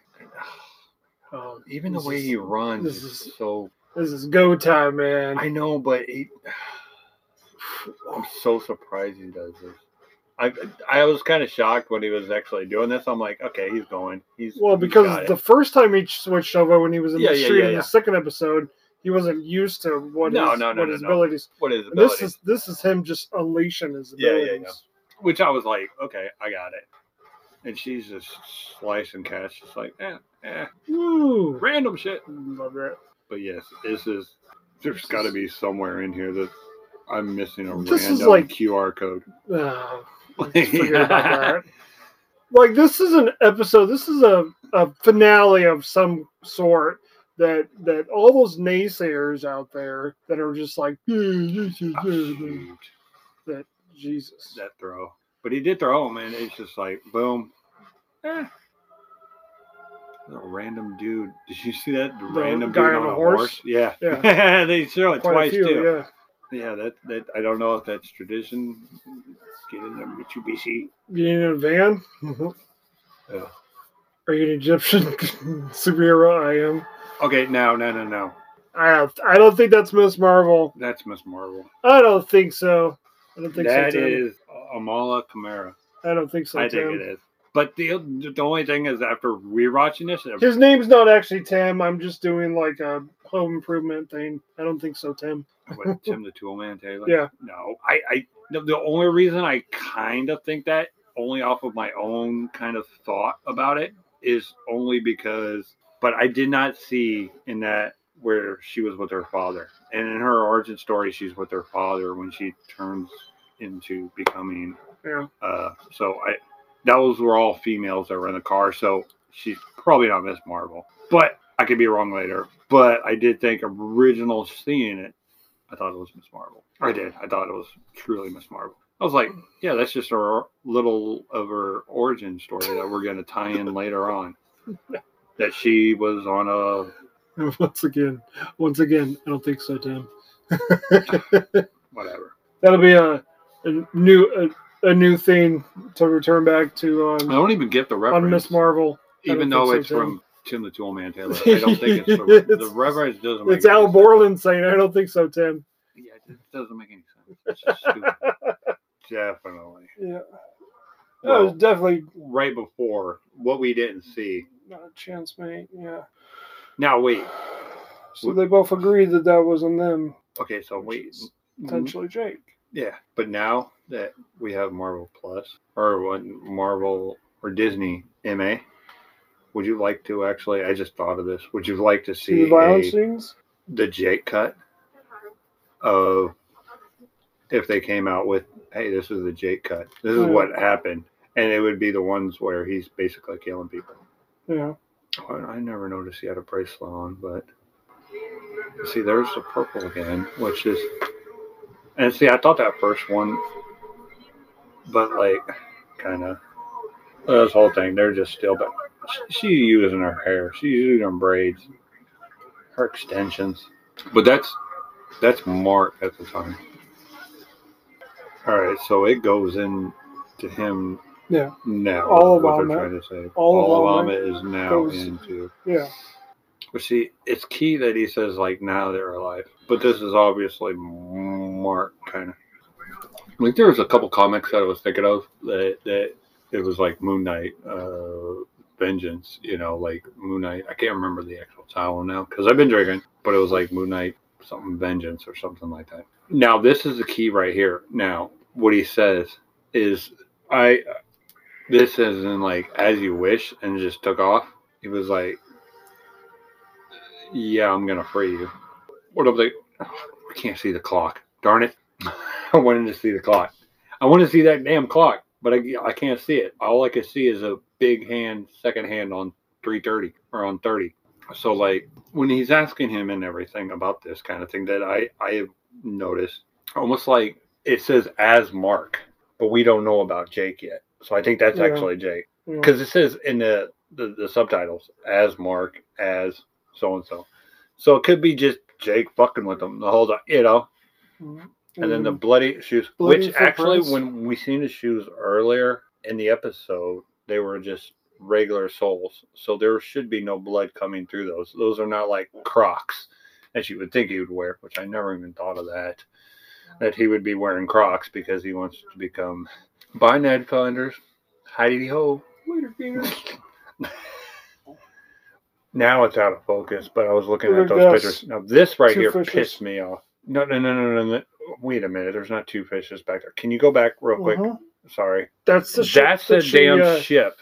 [SPEAKER 1] Um,
[SPEAKER 2] even the
[SPEAKER 1] This
[SPEAKER 2] way
[SPEAKER 1] is-
[SPEAKER 2] he runs
[SPEAKER 1] this
[SPEAKER 2] is,
[SPEAKER 1] is-
[SPEAKER 2] so.
[SPEAKER 1] this is go time, man.
[SPEAKER 2] I know, but he, *sighs* I'm so surprised he does this. I I was kind of shocked when he was actually doing this. I'm like, okay, he's going. He's
[SPEAKER 1] well,
[SPEAKER 2] he's got
[SPEAKER 1] because
[SPEAKER 2] it.
[SPEAKER 1] the first time he switched over when he was in
[SPEAKER 2] Yeah,
[SPEAKER 1] the
[SPEAKER 2] yeah,
[SPEAKER 1] street
[SPEAKER 2] yeah,
[SPEAKER 1] in
[SPEAKER 2] yeah.
[SPEAKER 1] the second episode, he wasn't used to what
[SPEAKER 2] No,
[SPEAKER 1] his,
[SPEAKER 2] no, no,
[SPEAKER 1] what
[SPEAKER 2] no,
[SPEAKER 1] his
[SPEAKER 2] no.
[SPEAKER 1] abilities.
[SPEAKER 2] what is
[SPEAKER 1] And This
[SPEAKER 2] ability?
[SPEAKER 1] is this is him just unleashing his
[SPEAKER 2] Yeah, yeah,
[SPEAKER 1] abilities.
[SPEAKER 2] Which I was like, okay, I got it. And she's just slicing cash, just like eh, eh,
[SPEAKER 1] Woo!
[SPEAKER 2] random shit.
[SPEAKER 1] Love that.
[SPEAKER 2] But yes, this is. There's
[SPEAKER 1] This
[SPEAKER 2] got to
[SPEAKER 1] is-
[SPEAKER 2] be somewhere in here that I'm missing a
[SPEAKER 1] This is
[SPEAKER 2] random
[SPEAKER 1] like-
[SPEAKER 2] QR code.
[SPEAKER 1] Ah, let's forget about that. Like this is an episode. This is a, a finale of some sort. That that all those naysayers out there that are just like
[SPEAKER 2] *laughs* Ah, shoot.
[SPEAKER 1] Jesus.
[SPEAKER 2] that throw. But he did throw him, and it's just like boom. Eh. A random dude. Did you see that random
[SPEAKER 1] guy
[SPEAKER 2] dude
[SPEAKER 1] on
[SPEAKER 2] on
[SPEAKER 1] a
[SPEAKER 2] a
[SPEAKER 1] horse?
[SPEAKER 2] horse? Yeah,
[SPEAKER 1] Yeah.
[SPEAKER 2] *laughs* they show it
[SPEAKER 1] Quite
[SPEAKER 2] twice
[SPEAKER 1] a few,
[SPEAKER 2] too.
[SPEAKER 1] yeah.
[SPEAKER 2] Yeah. that that I don't know if that's tradition. Get in the Mitsubishi.
[SPEAKER 1] You need a van?
[SPEAKER 2] Yeah.
[SPEAKER 1] *laughs* Are you an Egyptian *laughs* superhero? I am.
[SPEAKER 2] Okay, no, no, no, no.
[SPEAKER 1] I don't, I don't think that's Miss Marvel.
[SPEAKER 2] That's Miss Marvel.
[SPEAKER 1] I don't think so. I don't think
[SPEAKER 2] That
[SPEAKER 1] so. Tim.
[SPEAKER 2] is Amala Kamara.
[SPEAKER 1] I don't think so.
[SPEAKER 2] I think
[SPEAKER 1] Tim.
[SPEAKER 2] it is. But the the only thing is, after rewatching this,
[SPEAKER 1] His name's not actually Tim. I'm just doing like a home improvement thing. I don't think so, Tim.
[SPEAKER 2] What, Tim the Tool Man Taylor?
[SPEAKER 1] Yeah.
[SPEAKER 2] No, I, I the, the only reason I kind of think that, only off of my own kind of thought about it, is only because, but I did not see in that where she was with her father. And in her origin story, she's with her father when she turns into becoming,
[SPEAKER 1] Yeah.
[SPEAKER 2] uh, so I, those were all females that were in the car. So she's probably not Miss Marvel, but I could be wrong later. But I did think original seeing it, I thought it was Miss Marvel. I did. I thought it was truly Miss Marvel. I was like, yeah, that's just our little of her origin story that we're going to tie in
[SPEAKER 1] *laughs*
[SPEAKER 2] later on. That she was on a
[SPEAKER 1] *laughs* Once again, once again, I don't think so, Tim.
[SPEAKER 2] whatever.
[SPEAKER 1] That'll be a, a new a, a new thing to return back to
[SPEAKER 2] I
[SPEAKER 1] on
[SPEAKER 2] don't even get the
[SPEAKER 1] on
[SPEAKER 2] Oh, reference,
[SPEAKER 1] Miss Marvel. I
[SPEAKER 2] even
[SPEAKER 1] don't
[SPEAKER 2] though
[SPEAKER 1] think
[SPEAKER 2] it's
[SPEAKER 1] so,
[SPEAKER 2] from Tim the Tool Man Taylor. I don't
[SPEAKER 1] *laughs*
[SPEAKER 2] think it's the, the
[SPEAKER 1] It's-
[SPEAKER 2] reference doesn't. make
[SPEAKER 1] It's
[SPEAKER 2] any
[SPEAKER 1] Al
[SPEAKER 2] sense.
[SPEAKER 1] Borland saying, "I don't think so, Tim."
[SPEAKER 2] Yeah, it doesn't make any sense. It's
[SPEAKER 1] *laughs*
[SPEAKER 2] just stupid. Definitely.
[SPEAKER 1] Yeah, that was
[SPEAKER 2] Well,
[SPEAKER 1] definitely
[SPEAKER 2] right before what we didn't see.
[SPEAKER 1] not a chance, mate. Yeah.
[SPEAKER 2] Now wait.
[SPEAKER 1] So they both agreed that that was on them,
[SPEAKER 2] Okay, so wait.
[SPEAKER 1] potentially Jake.
[SPEAKER 2] Yeah, but now that we have Marvel Plus or what Marvel or Disney MA, would you like to actually? I just thought of this. Would you like to
[SPEAKER 1] See
[SPEAKER 2] see
[SPEAKER 1] the violence
[SPEAKER 2] a-
[SPEAKER 1] scenes.
[SPEAKER 2] the Jake cut of if they came out with, hey, this is the Jake cut. This is
[SPEAKER 1] Oh, Yeah.
[SPEAKER 2] what happened. And it would be the ones where he's basically killing people.
[SPEAKER 1] Yeah.
[SPEAKER 2] I I never noticed he had a bracelet on, but see, there's the purple again, which is, and see, I thought that first one, but like, kind of this whole thing, they're just still, but she's using her hair, she's using her braids, her extensions, but that's that's Mark at the time. All right, so it goes in to him.
[SPEAKER 1] Yeah.
[SPEAKER 2] Now,
[SPEAKER 1] All
[SPEAKER 2] is
[SPEAKER 1] of
[SPEAKER 2] what they're
[SPEAKER 1] Ahmet.
[SPEAKER 2] trying to say.
[SPEAKER 1] All of
[SPEAKER 2] All of
[SPEAKER 1] Ahmet
[SPEAKER 2] Ahmet is now
[SPEAKER 1] goes-
[SPEAKER 2] into.
[SPEAKER 1] Yeah.
[SPEAKER 2] But see, it's key that he says like now they're alive. But this is obviously Mark kind of. Like there was a couple comics that I was thinking of that that it was like Moon Knight, uh, Vengeance. You know, like Moon Knight. I can't remember the actual title now because I've been drinking. But it was like Moon Knight something Vengeance or something like that. Now this is the key right here. Now what he says is I this is in like as you wish and just took off. He was like, "Yeah, I'm gonna free you." What I'm like, I can't see the clock. Darn it! *laughs* I wanted to see the clock. I want to see that damn clock, but I, I can't see it. All I can see is a big hand, second hand on three thirty or on thirty. So like when he's asking him and everything about this kind of thing that I I have noticed, almost like it says as Mark, but we don't know about Jake yet. So I think that's
[SPEAKER 1] Yeah.
[SPEAKER 2] actually Jake
[SPEAKER 1] you know.
[SPEAKER 2] because it says in the, the the subtitles as Mark as so and so, so it could be just Jake fucking with them the whole time, you know. And then the bloody shoes,
[SPEAKER 1] Mm. Bloody
[SPEAKER 2] which actually,
[SPEAKER 1] footprints.
[SPEAKER 2] when we seen the shoes earlier in the episode, they were just regular soles, so there should be no blood coming through those. Those are not like Crocs, as you would think he would wear, which I never even thought of that. That he would be wearing Crocs because he wants to become. Bye, Ned Flanders. Heidi ho.
[SPEAKER 1] Mm-hmm. Later, Peter.
[SPEAKER 2] Now it's out of focus, but I was looking
[SPEAKER 1] Look
[SPEAKER 2] at
[SPEAKER 1] at
[SPEAKER 2] those
[SPEAKER 1] this.
[SPEAKER 2] pictures. Now this right
[SPEAKER 1] Two
[SPEAKER 2] here
[SPEAKER 1] fishes.
[SPEAKER 2] pissed me off. No, no, no, no, no, no. Wait a minute. There's not two fishes back there. Can you go back real quick?
[SPEAKER 1] Uh-huh.
[SPEAKER 2] Sorry.
[SPEAKER 1] That's the ship
[SPEAKER 2] That's
[SPEAKER 1] that
[SPEAKER 2] the
[SPEAKER 1] she,
[SPEAKER 2] damn
[SPEAKER 1] uh,
[SPEAKER 2] ship.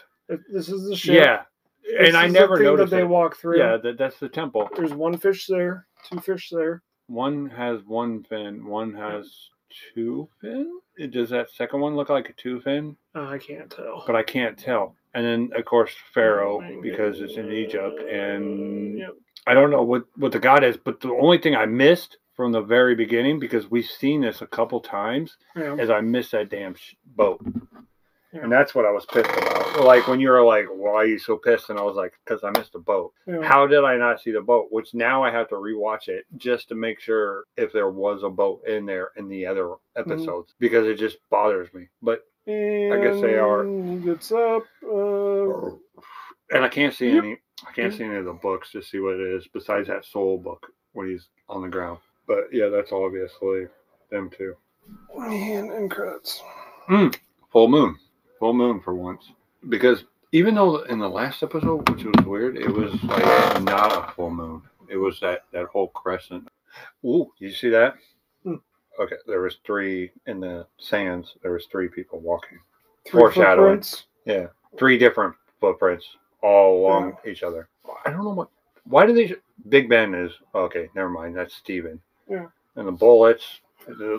[SPEAKER 1] This is the ship.
[SPEAKER 2] Yeah.
[SPEAKER 1] This
[SPEAKER 2] and I
[SPEAKER 1] is the
[SPEAKER 2] never
[SPEAKER 1] thing
[SPEAKER 2] noticed
[SPEAKER 1] that they
[SPEAKER 2] it.
[SPEAKER 1] walk through.
[SPEAKER 2] Yeah, that, that's the temple.
[SPEAKER 1] There's one fish there, two fish there.
[SPEAKER 2] One has one fin, one has two fin. Does that second one look like a two fin?
[SPEAKER 1] Uh, I can't tell.
[SPEAKER 2] But I can't tell. And then, of course, Pharaoh, because it's in Egypt, and
[SPEAKER 1] Yep.
[SPEAKER 2] I don't know what what the god is, but the only thing I missed from the very beginning because we've seen this a couple times
[SPEAKER 1] Yeah.
[SPEAKER 2] is I missed that damn sh- boat,
[SPEAKER 1] Yeah.
[SPEAKER 2] and that's what I was pissed about. Like when you were like, "Why are you so pissed?" and I was like, "Cause I missed the boat."
[SPEAKER 1] yeah.
[SPEAKER 2] How did I not see the boat? Which now I have to rewatch it just to make sure if there was a boat in there in the other episodes
[SPEAKER 1] Mm-hmm.
[SPEAKER 2] because it just bothers me. But I guess they are.
[SPEAKER 1] And It's up. Uh,
[SPEAKER 2] and I can't see
[SPEAKER 1] Yep.
[SPEAKER 2] any. I can't see any of the books to see what it is besides that soul book when he's on the ground. But yeah, that's obviously them too.
[SPEAKER 1] and, and credits.
[SPEAKER 2] Full moon, full moon for once. Because even though in the last episode, which was weird, it was like not a full moon. It was that that whole crescent. Ooh, did you see that?
[SPEAKER 1] Hmm.
[SPEAKER 2] Okay, there was three in the sands. There was three people walking.
[SPEAKER 1] Three
[SPEAKER 2] Foreshadowing.
[SPEAKER 1] footprints.
[SPEAKER 2] Yeah, three different footprints all along each other. I don't know what. Why do they? Big Ben is okay. Never mind. That's Steven.
[SPEAKER 1] Yeah.
[SPEAKER 2] And the bullets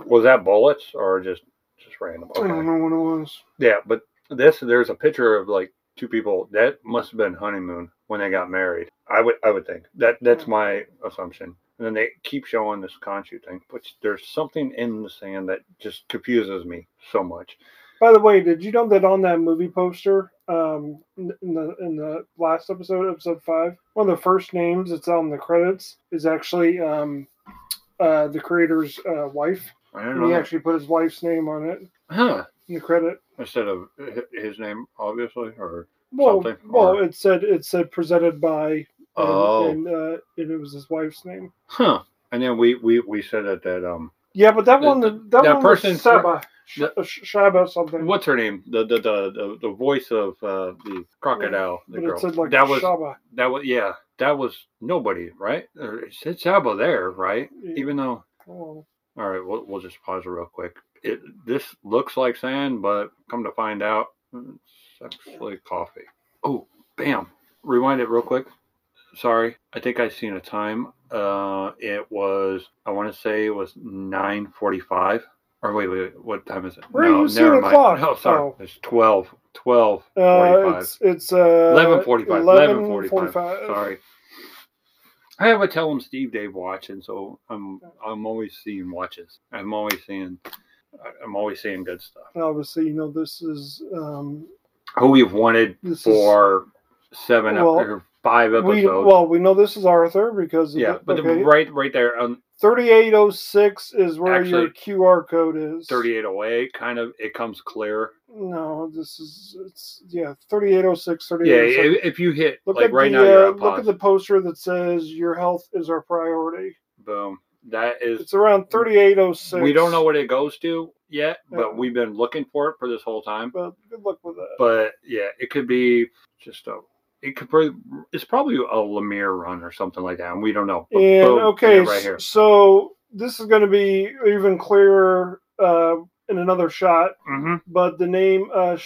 [SPEAKER 2] was that bullets or just just random?
[SPEAKER 1] I don't
[SPEAKER 2] Okay.
[SPEAKER 1] know what it was.
[SPEAKER 2] Yeah, but this there's a picture of like two people that must have been honeymoon when they got married. I would I would think that that's
[SPEAKER 1] Yeah.
[SPEAKER 2] my assumption. And then they keep showing this Conchu thing, which there's something in the sand that just confuses me so much.
[SPEAKER 1] By the way, did you know that on that movie poster, um, in in the in the last episode, episode five, one of the first names that's on the credits is actually um, uh, the creator's uh, wife.
[SPEAKER 2] I don't
[SPEAKER 1] And
[SPEAKER 2] know.
[SPEAKER 1] he actually put his wife's name on it
[SPEAKER 2] huh.
[SPEAKER 1] in the credit.
[SPEAKER 2] instead of hi- his name, obviously, or
[SPEAKER 1] Well,
[SPEAKER 2] Something,
[SPEAKER 1] well,
[SPEAKER 2] or-
[SPEAKER 1] it said it said presented by, and,
[SPEAKER 2] oh,
[SPEAKER 1] and, uh, and it was his wife's name.
[SPEAKER 2] huh. And then we we we said that that um,
[SPEAKER 1] Yeah, but that
[SPEAKER 2] The-
[SPEAKER 1] one, that, that
[SPEAKER 2] that
[SPEAKER 1] one
[SPEAKER 2] person's-
[SPEAKER 1] was Shaba, Sh-
[SPEAKER 2] the-
[SPEAKER 1] Sh- Shaba something.
[SPEAKER 2] what's her name? The the the the, the voice of uh, the crocodile, the
[SPEAKER 1] But
[SPEAKER 2] girl.
[SPEAKER 1] it said like
[SPEAKER 2] that was
[SPEAKER 1] Shaba.
[SPEAKER 2] that was yeah, that was nobody, right? Or It said Sabo there, right?
[SPEAKER 1] Mm-hmm.
[SPEAKER 2] Even though,
[SPEAKER 1] Oh,
[SPEAKER 2] all right, we'll we'll just pause it real quick. It this looks like sand, but come to find out, it's actually coffee. Oh, bam! Rewind it real quick. sorry i think i seen a time uh it was i want to say it was 9.45 or wait wait wait, what time is it
[SPEAKER 1] Where are you seeing the clock?
[SPEAKER 2] no sorry
[SPEAKER 1] Oh.
[SPEAKER 2] it's 12 12
[SPEAKER 1] Uh, it's it's uh,
[SPEAKER 2] 11:45,
[SPEAKER 1] 11:45.
[SPEAKER 2] 11:45, sorry i have a tell 'em steve dave watch and so i'm i'm always seeing watches i'm always seeing i'm always seeing good stuff
[SPEAKER 1] Obviously, you know this is um,
[SPEAKER 2] who we've wanted
[SPEAKER 1] this
[SPEAKER 2] for seven ep-
[SPEAKER 1] Well,
[SPEAKER 2] or five
[SPEAKER 1] is we,
[SPEAKER 2] episodes
[SPEAKER 1] well we know this is Arthur because of
[SPEAKER 2] yeah
[SPEAKER 1] the-
[SPEAKER 2] but the-
[SPEAKER 1] okay,
[SPEAKER 2] right right there on
[SPEAKER 1] 3806 is where your QR code is.
[SPEAKER 2] 3808 kind of it comes clear
[SPEAKER 1] No, this is it's yeah 3806
[SPEAKER 2] yeah
[SPEAKER 1] 3806.
[SPEAKER 2] if, if you hit
[SPEAKER 1] Look
[SPEAKER 2] like
[SPEAKER 1] at
[SPEAKER 2] right
[SPEAKER 1] the
[SPEAKER 2] now you're
[SPEAKER 1] uh,
[SPEAKER 2] at
[SPEAKER 1] look
[SPEAKER 2] pause
[SPEAKER 1] at the poster that says your health is our priority.
[SPEAKER 2] boom that is
[SPEAKER 1] It's around 3806.
[SPEAKER 2] we don't know what it goes to yet but
[SPEAKER 1] Yeah.
[SPEAKER 2] we've been looking for it for this whole time
[SPEAKER 1] but good luck with that.
[SPEAKER 2] but yeah it could be just a it could probably it's probably a Lemire run or something like that and we don't know But
[SPEAKER 1] And
[SPEAKER 2] boom, we
[SPEAKER 1] okay,
[SPEAKER 2] get right here
[SPEAKER 1] so this is going to be even clearer uh, in another shot,
[SPEAKER 2] Mm-hmm.
[SPEAKER 1] but the name uh,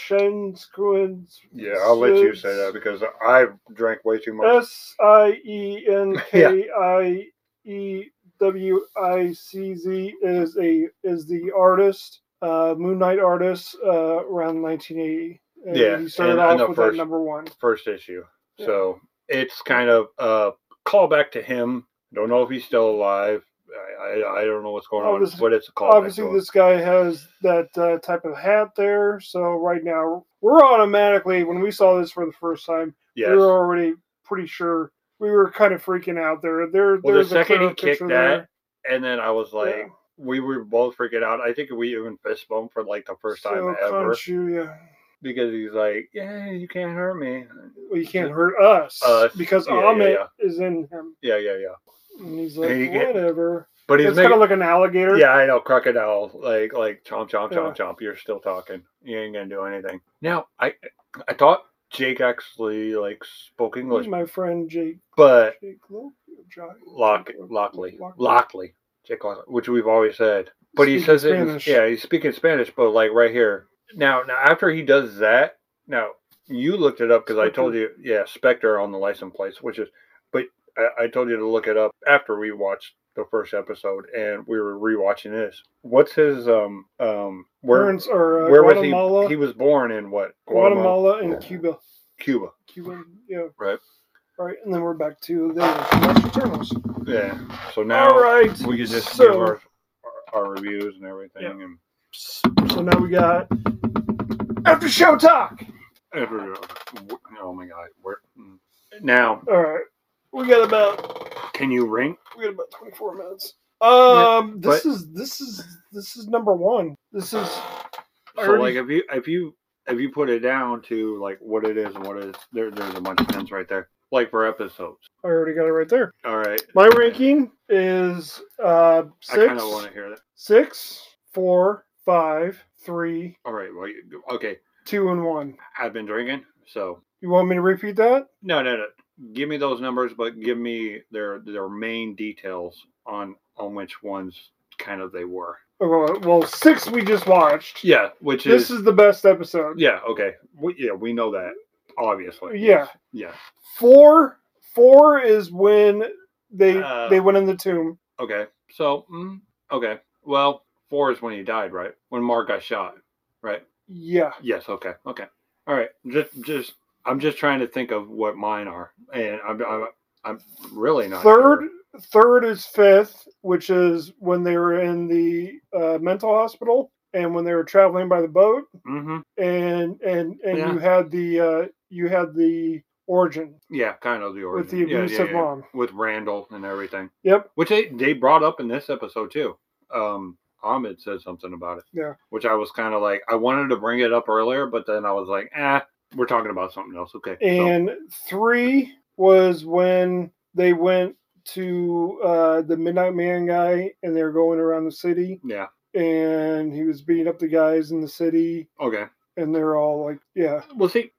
[SPEAKER 1] Shenskuen
[SPEAKER 2] Yeah, I'll let you say that because I drank way too much.
[SPEAKER 1] S I E N K I E W I C Z is a is the artist, uh, Moon Knight artist, uh, around 1980. And
[SPEAKER 2] Yeah,
[SPEAKER 1] he started
[SPEAKER 2] and I
[SPEAKER 1] off
[SPEAKER 2] know
[SPEAKER 1] with
[SPEAKER 2] first-
[SPEAKER 1] that number one.
[SPEAKER 2] First issue.
[SPEAKER 1] Yeah.
[SPEAKER 2] So it's kind of a callback to him. Don't know if he's still alive. I, I, I don't know what's going on,
[SPEAKER 1] Obviously-
[SPEAKER 2] but it's a callback.
[SPEAKER 1] Obviously,
[SPEAKER 2] to him.
[SPEAKER 1] this guy has that uh, type of hat there. So right now, we're automatically when we saw this for the first time,
[SPEAKER 2] yes.
[SPEAKER 1] we were already pretty sure we were kind of freaking out there. There,
[SPEAKER 2] Well, the
[SPEAKER 1] there's a
[SPEAKER 2] second
[SPEAKER 1] clear
[SPEAKER 2] he kicked
[SPEAKER 1] picture
[SPEAKER 2] that,
[SPEAKER 1] there.
[SPEAKER 2] and then I was like,
[SPEAKER 1] Yeah.
[SPEAKER 2] we were both freaking out. I think we even fist bumped for like the first time
[SPEAKER 1] So,
[SPEAKER 2] ever
[SPEAKER 1] Khonshu, yeah.
[SPEAKER 2] because he's like, yeah, you can't hurt me.
[SPEAKER 1] Well, you can't hurt us
[SPEAKER 2] Us,
[SPEAKER 1] because
[SPEAKER 2] yeah, yeah,
[SPEAKER 1] Ahmet
[SPEAKER 2] yeah.
[SPEAKER 1] is in him.
[SPEAKER 2] Yeah, yeah, yeah.
[SPEAKER 1] And he's like,
[SPEAKER 2] he get-
[SPEAKER 1] whatever.
[SPEAKER 2] But he's
[SPEAKER 1] It's kind
[SPEAKER 2] making.
[SPEAKER 1] of like an alligator.
[SPEAKER 2] Yeah, I know, crocodile, like like chomp chomp chomp
[SPEAKER 1] Yeah.
[SPEAKER 2] chomp. You're still talking. You ain't gonna do anything. Now, I I thought Jake actually like spoke English,
[SPEAKER 1] My friend Jake.
[SPEAKER 2] but
[SPEAKER 1] Jake Lo- Jock-
[SPEAKER 2] Lock Lockley Lockley Jake Lockley, which we've always said. But he
[SPEAKER 1] Speaking
[SPEAKER 2] says it. In,
[SPEAKER 1] Spanish.
[SPEAKER 2] yeah, he's speaking Spanish, but like right here now. Now after he does that, now you looked it up because I told you, yeah, Spectre on the license plates, which is. But I, I told you to look it up after we watched the first episode and we were rewatching this. What's his um um where
[SPEAKER 1] Burns or uh,
[SPEAKER 2] where was
[SPEAKER 1] Guatemala,
[SPEAKER 2] he? He was born in what
[SPEAKER 1] Guatemala, and Cuba.
[SPEAKER 2] Cuba.
[SPEAKER 1] Cuba, yeah.
[SPEAKER 2] Right.
[SPEAKER 1] All right, and then we're back to the Ninja Turtles.
[SPEAKER 2] Yeah. So now
[SPEAKER 1] All right.
[SPEAKER 2] we could just
[SPEAKER 1] so,
[SPEAKER 2] give our our reviews and everything and.
[SPEAKER 1] so now we got after show talk.
[SPEAKER 2] Everywhere. Oh my god. Where now
[SPEAKER 1] All right, we got about
[SPEAKER 2] can you ring?
[SPEAKER 1] we got about twenty four minutes. Um,
[SPEAKER 2] Yeah,
[SPEAKER 1] this is this is this is number one. This is I
[SPEAKER 2] So
[SPEAKER 1] already-
[SPEAKER 2] like if you if you if you put it down to like what it is and what it is there there's a bunch of pins right there. Like for episodes.
[SPEAKER 1] I already got it right there.
[SPEAKER 2] All right.
[SPEAKER 1] My ranking is uh
[SPEAKER 2] I kind
[SPEAKER 1] six,
[SPEAKER 2] of want to hear that.
[SPEAKER 1] six, four, five, three,
[SPEAKER 2] All right. Well, you, okay.
[SPEAKER 1] two, and one.
[SPEAKER 2] I've been drinking, so
[SPEAKER 1] You want me to repeat that?
[SPEAKER 2] no, no, no. Give me those numbers, but give me their their main details on on which ones kind of they were.
[SPEAKER 1] Oh, well, well, six we just watched.
[SPEAKER 2] Yeah, which
[SPEAKER 1] This
[SPEAKER 2] is
[SPEAKER 1] is the best episode.
[SPEAKER 2] yeah. Okay. We, yeah, we know that obviously.
[SPEAKER 1] Yeah.
[SPEAKER 2] Yeah.
[SPEAKER 1] Four, four is when they
[SPEAKER 2] Uh,
[SPEAKER 1] they went in the tomb.
[SPEAKER 2] Okay. So, mm, okay. Well, four is when he died, right? When Mark got shot, right?
[SPEAKER 1] Yeah,
[SPEAKER 2] Yes. Okay. Okay. All right. Just, just, I'm just trying to think of what mine are, and I'm, I'm, I'm really not.
[SPEAKER 1] third,
[SPEAKER 2] sure.
[SPEAKER 1] third is fifth, which is when they were in the uh, mental hospital and when they were traveling by the boat.
[SPEAKER 2] Mhm.
[SPEAKER 1] and and and
[SPEAKER 2] Yeah.
[SPEAKER 1] you had the uh you had the origin
[SPEAKER 2] Yeah, kind of the origin.
[SPEAKER 1] with the
[SPEAKER 2] Yeah, yeah,
[SPEAKER 1] abusive
[SPEAKER 2] yeah.
[SPEAKER 1] mom
[SPEAKER 2] with Randall and everything,
[SPEAKER 1] yep
[SPEAKER 2] which they they brought up in this episode too. Um, Ahmed said something about it.
[SPEAKER 1] Yeah.
[SPEAKER 2] Which I was kind of like, I wanted to bring it up earlier, but then I was like, eh, we're talking about something else. Okay. so-
[SPEAKER 1] and three was when they went to uh the midnight man guy and they were going around the city
[SPEAKER 2] yeah.
[SPEAKER 1] and he was beating up the guys in the city
[SPEAKER 2] Okay.
[SPEAKER 1] and they're all like yeah
[SPEAKER 2] Well, see,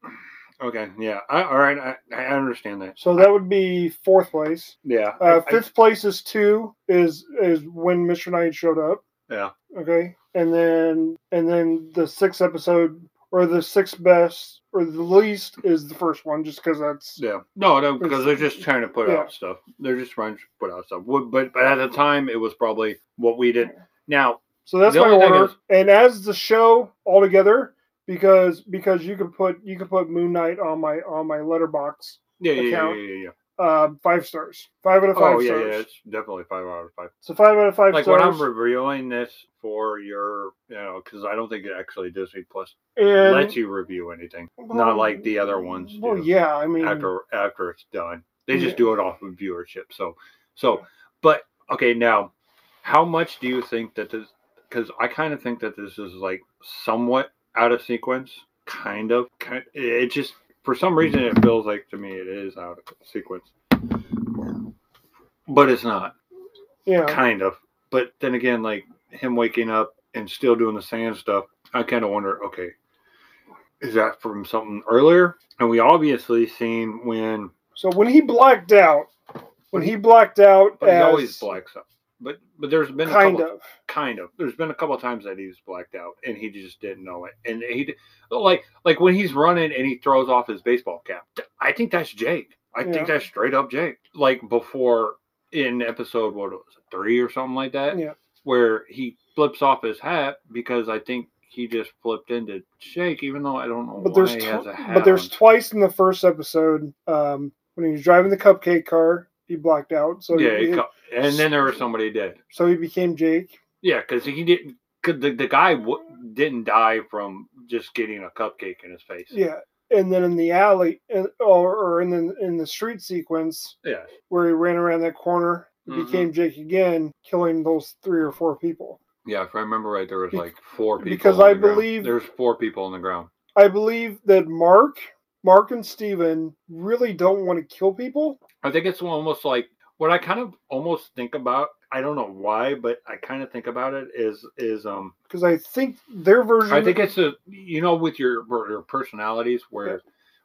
[SPEAKER 2] okay, yeah, I, all right, I, I understand that.
[SPEAKER 1] so that would be fourth place
[SPEAKER 2] Yeah,
[SPEAKER 1] uh
[SPEAKER 2] I- I-
[SPEAKER 1] fifth place is two is is when mr knight showed up
[SPEAKER 2] yeah,
[SPEAKER 1] Okay. And then and then the sixth episode or the sixth best or the least is the first one just because that's
[SPEAKER 2] yeah. No, no, because they're just trying to put
[SPEAKER 1] Yeah.
[SPEAKER 2] out stuff. They're just trying to put out stuff. Would- But, but at the time, it was probably what we did. Now,
[SPEAKER 1] so that's
[SPEAKER 2] The
[SPEAKER 1] my
[SPEAKER 2] only thing
[SPEAKER 1] order.
[SPEAKER 2] is-
[SPEAKER 1] and as the show altogether, because because you could put you could put Moon Knight on my on my letterbox.
[SPEAKER 2] yeah, yeah, yeah,
[SPEAKER 1] Account.
[SPEAKER 2] yeah, yeah. yeah.
[SPEAKER 1] Uh, five stars. Five out of five
[SPEAKER 2] Oh, yeah,
[SPEAKER 1] stars.
[SPEAKER 2] yeah. It's definitely five out of five.
[SPEAKER 1] So five out of five
[SPEAKER 2] Like when
[SPEAKER 1] stars.
[SPEAKER 2] I'm reviewing this for your, you know, because I don't think it actually Disney Plus
[SPEAKER 1] and
[SPEAKER 2] lets you review anything not like the other ones
[SPEAKER 1] Well,
[SPEAKER 2] do.
[SPEAKER 1] yeah, I mean,
[SPEAKER 2] after after it's done. They just
[SPEAKER 1] Yeah.
[SPEAKER 2] do it off of viewership. So so but okay now how much do you think that this cuz I kind of think that this is like somewhat out of sequence kind of kind it just for some reason it feels like to me it is out of sequence. But it's not
[SPEAKER 1] yeah,
[SPEAKER 2] kind of. But then again like him waking up and still doing the sand stuff, I kind of wonder okay is that from something earlier? And we obviously seen when
[SPEAKER 1] so when he blacked out, when he blacked out,
[SPEAKER 2] But he
[SPEAKER 1] as-
[SPEAKER 2] always blacks out. but but there's been a
[SPEAKER 1] kind
[SPEAKER 2] couple,
[SPEAKER 1] of.
[SPEAKER 2] kind of there's been a couple times that he's blacked out and he just didn't know it and he d- like like when he's running and he throws off his baseball cap i think that's jake i
[SPEAKER 1] Yeah.
[SPEAKER 2] think that's straight up jake like before in episode what was it, three or something like that
[SPEAKER 1] Yeah.
[SPEAKER 2] where he flips off his hat because i think he just flipped into Jake, even though I don't know
[SPEAKER 1] But
[SPEAKER 2] why
[SPEAKER 1] there's
[SPEAKER 2] he
[SPEAKER 1] tw-
[SPEAKER 2] has a hat.
[SPEAKER 1] but there's
[SPEAKER 2] on.
[SPEAKER 1] twice in the first episode um, when he was driving the cupcake car, he blacked out. So
[SPEAKER 2] yeah,
[SPEAKER 1] he,
[SPEAKER 2] it co- and then there was somebody dead.
[SPEAKER 1] so he became Jake.
[SPEAKER 2] Yeah, because he didn't. Cause the the guy w- didn't die from just getting a cupcake in his face.
[SPEAKER 1] Yeah, and then in the alley uh, or, or in the in the street sequence
[SPEAKER 2] Yeah.
[SPEAKER 1] where he ran around that corner, he
[SPEAKER 2] Mhm.
[SPEAKER 1] became Jake again, killing those three or four people.
[SPEAKER 2] Yeah, if I remember right, there was
[SPEAKER 1] Be-
[SPEAKER 2] like four people.
[SPEAKER 1] because
[SPEAKER 2] on
[SPEAKER 1] I
[SPEAKER 2] the ground.
[SPEAKER 1] believe-
[SPEAKER 2] there's four people on the ground.
[SPEAKER 1] I believe that Mark, Mark and Steven really don't want to kill people.
[SPEAKER 2] I think it's almost like what I kind of almost think about. I don't know why, but I kind of think about it is is um.
[SPEAKER 1] Because I think their version.
[SPEAKER 2] I think it's a you know with your your personalities where
[SPEAKER 1] Yeah.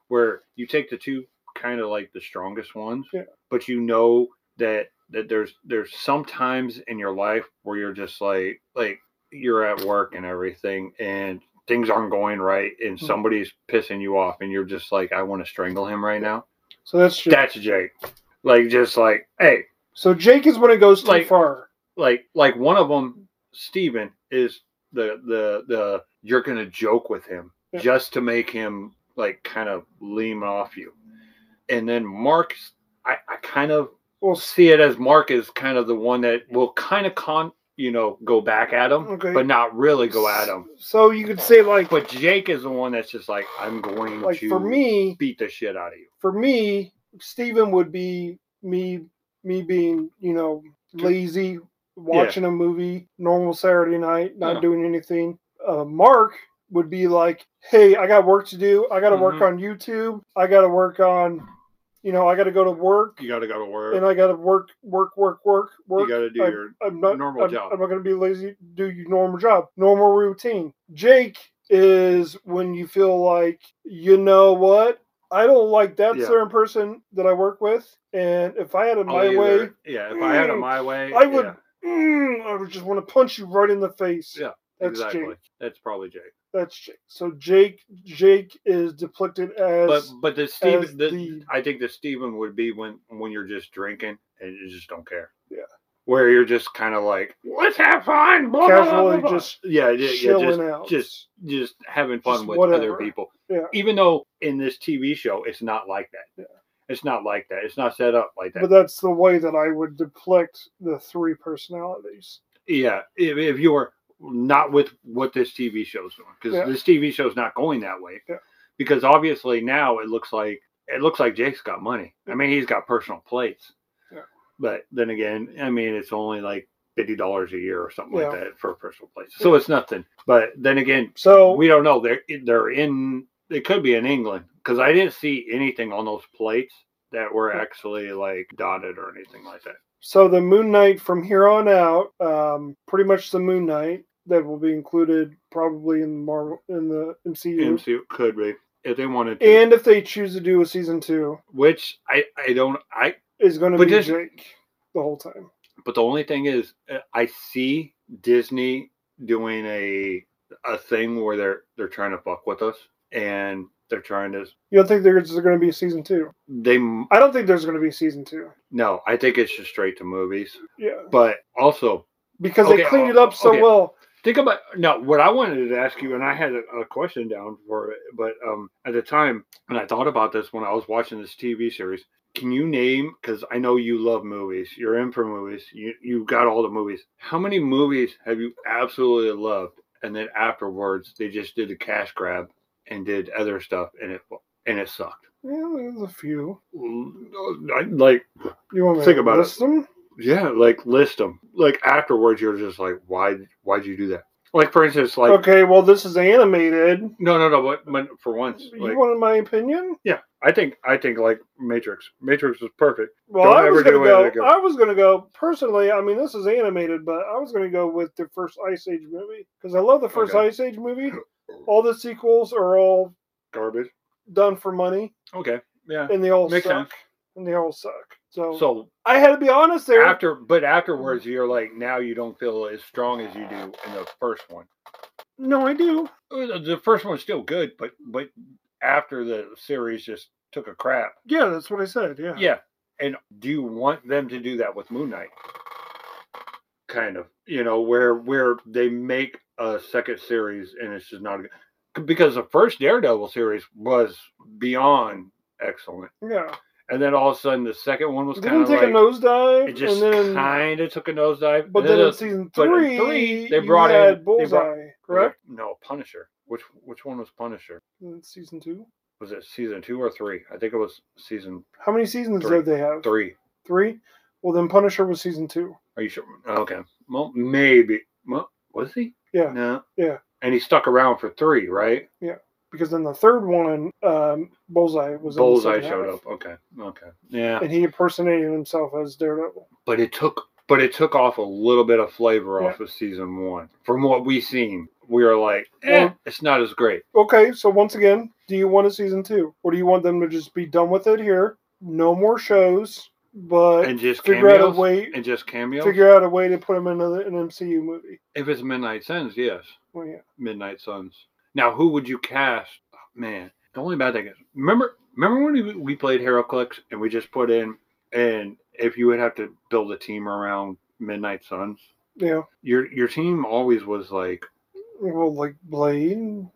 [SPEAKER 2] where you take the two kind of like the strongest ones,
[SPEAKER 1] Yeah.
[SPEAKER 2] but you know that that there's there's sometimes in your life where you're just like like you're at work and everything and things aren't going right and
[SPEAKER 1] Mhm.
[SPEAKER 2] somebody's pissing you off and you're just like I want to strangle him right now.
[SPEAKER 1] so that's Jake.
[SPEAKER 2] That's Jake. Like just like hey,
[SPEAKER 1] so Jake is when it goes too
[SPEAKER 2] Like-
[SPEAKER 1] far.
[SPEAKER 2] like like one of them, Steven, is the the the you're gonna joke with him
[SPEAKER 1] Yeah.
[SPEAKER 2] just to make him like kind of lean off you, and then Mark's I I kind of
[SPEAKER 1] Well, s-
[SPEAKER 2] see it as Mark is kind of the one that will kind of con you know go back at him,
[SPEAKER 1] Okay.
[SPEAKER 2] but not really go at him.
[SPEAKER 1] so you could say like
[SPEAKER 2] But Jake is the one that's just like I'm going
[SPEAKER 1] like
[SPEAKER 2] to
[SPEAKER 1] for me,
[SPEAKER 2] beat the shit out of you.
[SPEAKER 1] for me, Steven would be me me being, you know, lazy, watching a movie, normal Saturday night, not
[SPEAKER 2] Yeah.
[SPEAKER 1] doing anything. Uh, Mark would be like, "Hey, I got work to do. I got to work
[SPEAKER 2] Mhm.
[SPEAKER 1] on YouTube. I got to work on, you know, I got to go to work,
[SPEAKER 2] You got to go to work.
[SPEAKER 1] and I got to work, work, work, work, work.
[SPEAKER 2] you got to do
[SPEAKER 1] I-
[SPEAKER 2] your
[SPEAKER 1] I'm not
[SPEAKER 2] normal
[SPEAKER 1] I'm,
[SPEAKER 2] job.
[SPEAKER 1] I'm not going to be lazy. Do your normal job, normal routine. Jake is when you feel like you know what I don't like that
[SPEAKER 2] Yeah.
[SPEAKER 1] certain person that I work with, and if I had it
[SPEAKER 2] I'll
[SPEAKER 1] my
[SPEAKER 2] either-
[SPEAKER 1] way,
[SPEAKER 2] Yeah, if I had it
[SPEAKER 1] Mm,
[SPEAKER 2] my way,
[SPEAKER 1] I would.
[SPEAKER 2] yeah.
[SPEAKER 1] mm, I would just want to punch you right in the face.
[SPEAKER 2] Yeah,
[SPEAKER 1] that's
[SPEAKER 2] exactly.
[SPEAKER 1] Jake.
[SPEAKER 2] That's probably Jake.
[SPEAKER 1] That's Jake. So Jake, Jake is depicted as
[SPEAKER 2] But but the Steven,
[SPEAKER 1] as
[SPEAKER 2] the, *laughs*
[SPEAKER 1] the-
[SPEAKER 2] I think the Steven would be when when you're just drinking and you just don't care.
[SPEAKER 1] Yeah.
[SPEAKER 2] Where you're just kind of like, let's have fun, blah, blah, blah,
[SPEAKER 1] casually
[SPEAKER 2] blah, blah."
[SPEAKER 1] just
[SPEAKER 2] yeah, yeah, yeah
[SPEAKER 1] chilling
[SPEAKER 2] just,
[SPEAKER 1] out.
[SPEAKER 2] just just having fun
[SPEAKER 1] Just
[SPEAKER 2] with
[SPEAKER 1] whatever.
[SPEAKER 2] other people.
[SPEAKER 1] Yeah.
[SPEAKER 2] Even though in this TV show, it's not like that. It's not like that. It's not set up like that.
[SPEAKER 1] but that's the way that I would depict the three personalities.
[SPEAKER 2] yeah, if, if you were not with what this TV show's doing, because
[SPEAKER 1] Yeah.
[SPEAKER 2] this TV show's not going that way.
[SPEAKER 1] Yeah.
[SPEAKER 2] Because obviously now it looks like it looks like Jake's got money. I mean, he's got personal plates.
[SPEAKER 1] Yeah.
[SPEAKER 2] But then again, I mean, it's only like fifty dollars a year or something like
[SPEAKER 1] Yeah.
[SPEAKER 2] that for a personal plates. So it's nothing. But then again,
[SPEAKER 1] So
[SPEAKER 2] we don't know. They're they're in. They could be in England because I didn't see anything on those plates that were
[SPEAKER 1] Yeah.
[SPEAKER 2] actually like dotted or anything like that.
[SPEAKER 1] So the Moon Knight from here on out, um, pretty much the Moon Knight that will be included probably in the Marvel in the MCU.
[SPEAKER 2] MCU could be if they wanted to.
[SPEAKER 1] and if they choose to do a season two,
[SPEAKER 2] which I I don't I
[SPEAKER 1] is going to
[SPEAKER 2] But
[SPEAKER 1] be
[SPEAKER 2] this-
[SPEAKER 1] Jake the whole time.
[SPEAKER 2] but the only thing is uh, I see Disney doing a a thing where they're they're trying to fuck with us and they're trying to
[SPEAKER 1] You don't think there's going to be a season two?
[SPEAKER 2] they m-
[SPEAKER 1] I don't think there's going to be a season two.
[SPEAKER 2] no I think it's just straight to movies
[SPEAKER 1] Yeah,
[SPEAKER 2] but also
[SPEAKER 1] because they
[SPEAKER 2] Okay,
[SPEAKER 1] cleaned
[SPEAKER 2] oh,
[SPEAKER 1] it up so
[SPEAKER 2] okay.
[SPEAKER 1] well.
[SPEAKER 2] think about no what I wanted to ask you and I had a, a question down for it but um at the time and I thought about this when I was watching this TV series can you name because I know you love movies you're in for movies you you got all the movies how many movies have you absolutely loved and then afterwards they just did the cash grab and did other stuff and it and it sucked
[SPEAKER 1] Yeah, there's a few.
[SPEAKER 2] I- like
[SPEAKER 1] You want me
[SPEAKER 2] Think
[SPEAKER 1] to
[SPEAKER 2] about it.
[SPEAKER 1] list them?
[SPEAKER 2] yeah like list them like afterwards you're just like why why'd you do that like for instance like
[SPEAKER 1] okay, well this is animated.
[SPEAKER 2] No, no, no. But, but for once, like,
[SPEAKER 1] you wanted my opinion?
[SPEAKER 2] I think I think like Matrix. Matrix was perfect.
[SPEAKER 1] Well,
[SPEAKER 2] Don't
[SPEAKER 1] I was
[SPEAKER 2] ever do
[SPEAKER 1] gonna
[SPEAKER 2] it
[SPEAKER 1] go.
[SPEAKER 2] again.
[SPEAKER 1] I was gonna go personally. I mean, this is animated, but I was gonna go with the first Ice Age movie because I love the first
[SPEAKER 2] Okay.
[SPEAKER 1] Ice Age movie. All the sequels are all
[SPEAKER 2] Garbage.
[SPEAKER 1] done for money,
[SPEAKER 2] Okay. Yeah.
[SPEAKER 1] and they all
[SPEAKER 2] Makes
[SPEAKER 1] suck.
[SPEAKER 2] sense.
[SPEAKER 1] And they all suck. So,
[SPEAKER 2] So
[SPEAKER 1] I had to be honest there. Mm-hmm.
[SPEAKER 2] after, but afterwards, you're like now you don't feel as strong as you do in the first one.
[SPEAKER 1] no, I do.
[SPEAKER 2] Uh, The first one's still good, but but after the series just took a crap.
[SPEAKER 1] Yeah, that's what I said. Yeah.
[SPEAKER 2] Yeah. And do you want them to do that with Moon Knight? Kind of, you know, where where they make a second series and it's just not a good, because the first Daredevil series was beyond excellent,
[SPEAKER 1] Yeah.
[SPEAKER 2] and then all of a sudden the second one was
[SPEAKER 1] It
[SPEAKER 2] kind
[SPEAKER 1] didn't
[SPEAKER 2] of
[SPEAKER 1] take
[SPEAKER 2] like
[SPEAKER 1] a nosedive.
[SPEAKER 2] it just
[SPEAKER 1] and then,
[SPEAKER 2] kind of took a nosedive.
[SPEAKER 1] but
[SPEAKER 2] and
[SPEAKER 1] then in
[SPEAKER 2] the-
[SPEAKER 1] season
[SPEAKER 2] but in
[SPEAKER 1] three,
[SPEAKER 2] three, they
[SPEAKER 1] you
[SPEAKER 2] brought in-
[SPEAKER 1] had
[SPEAKER 2] they
[SPEAKER 1] Bullseye,
[SPEAKER 2] brought-
[SPEAKER 1] correct?
[SPEAKER 2] no Punisher. Which which one was Punisher?
[SPEAKER 1] In season two.
[SPEAKER 2] Was it season two or three? I think it was season
[SPEAKER 1] How many seasons
[SPEAKER 2] Three.
[SPEAKER 1] did they have?
[SPEAKER 2] three.
[SPEAKER 1] Three? Well, then Punisher was season two.
[SPEAKER 2] Are you sure? Okay. Well, maybe. Well, was he?
[SPEAKER 1] Yeah.
[SPEAKER 2] No.
[SPEAKER 1] Yeah.
[SPEAKER 2] And he stuck around for three, right?
[SPEAKER 1] Because then the third one, um, Bullseye was in the
[SPEAKER 2] Bullseye
[SPEAKER 1] second
[SPEAKER 2] showed
[SPEAKER 1] half.
[SPEAKER 2] up. Okay. Okay. Yeah.
[SPEAKER 1] and he impersonated himself as Daredevil.
[SPEAKER 2] But it took but it took off a little bit of flavor off of season one. From what we seen, we were like, eh,
[SPEAKER 1] Yeah.
[SPEAKER 2] it's not as great.
[SPEAKER 1] Okay, so once again, do you want a season two, or do you want them to just be done with it here? No more shows, but
[SPEAKER 2] And just
[SPEAKER 1] figure out a
[SPEAKER 2] cameos.
[SPEAKER 1] way.
[SPEAKER 2] and just cameos.
[SPEAKER 1] Figure out a way to put him in another, an MCU movie.
[SPEAKER 2] if it's Midnight Suns, yes.
[SPEAKER 1] Well, yeah.
[SPEAKER 2] Midnight Suns. Now, who would you cast? Oh, Man, the only bad thing is remember remember when we- we played HeroClix and we just put in and if you would have to build a team around Midnight Suns,
[SPEAKER 1] Yeah.
[SPEAKER 2] your your team always was like
[SPEAKER 1] Well, like Blade,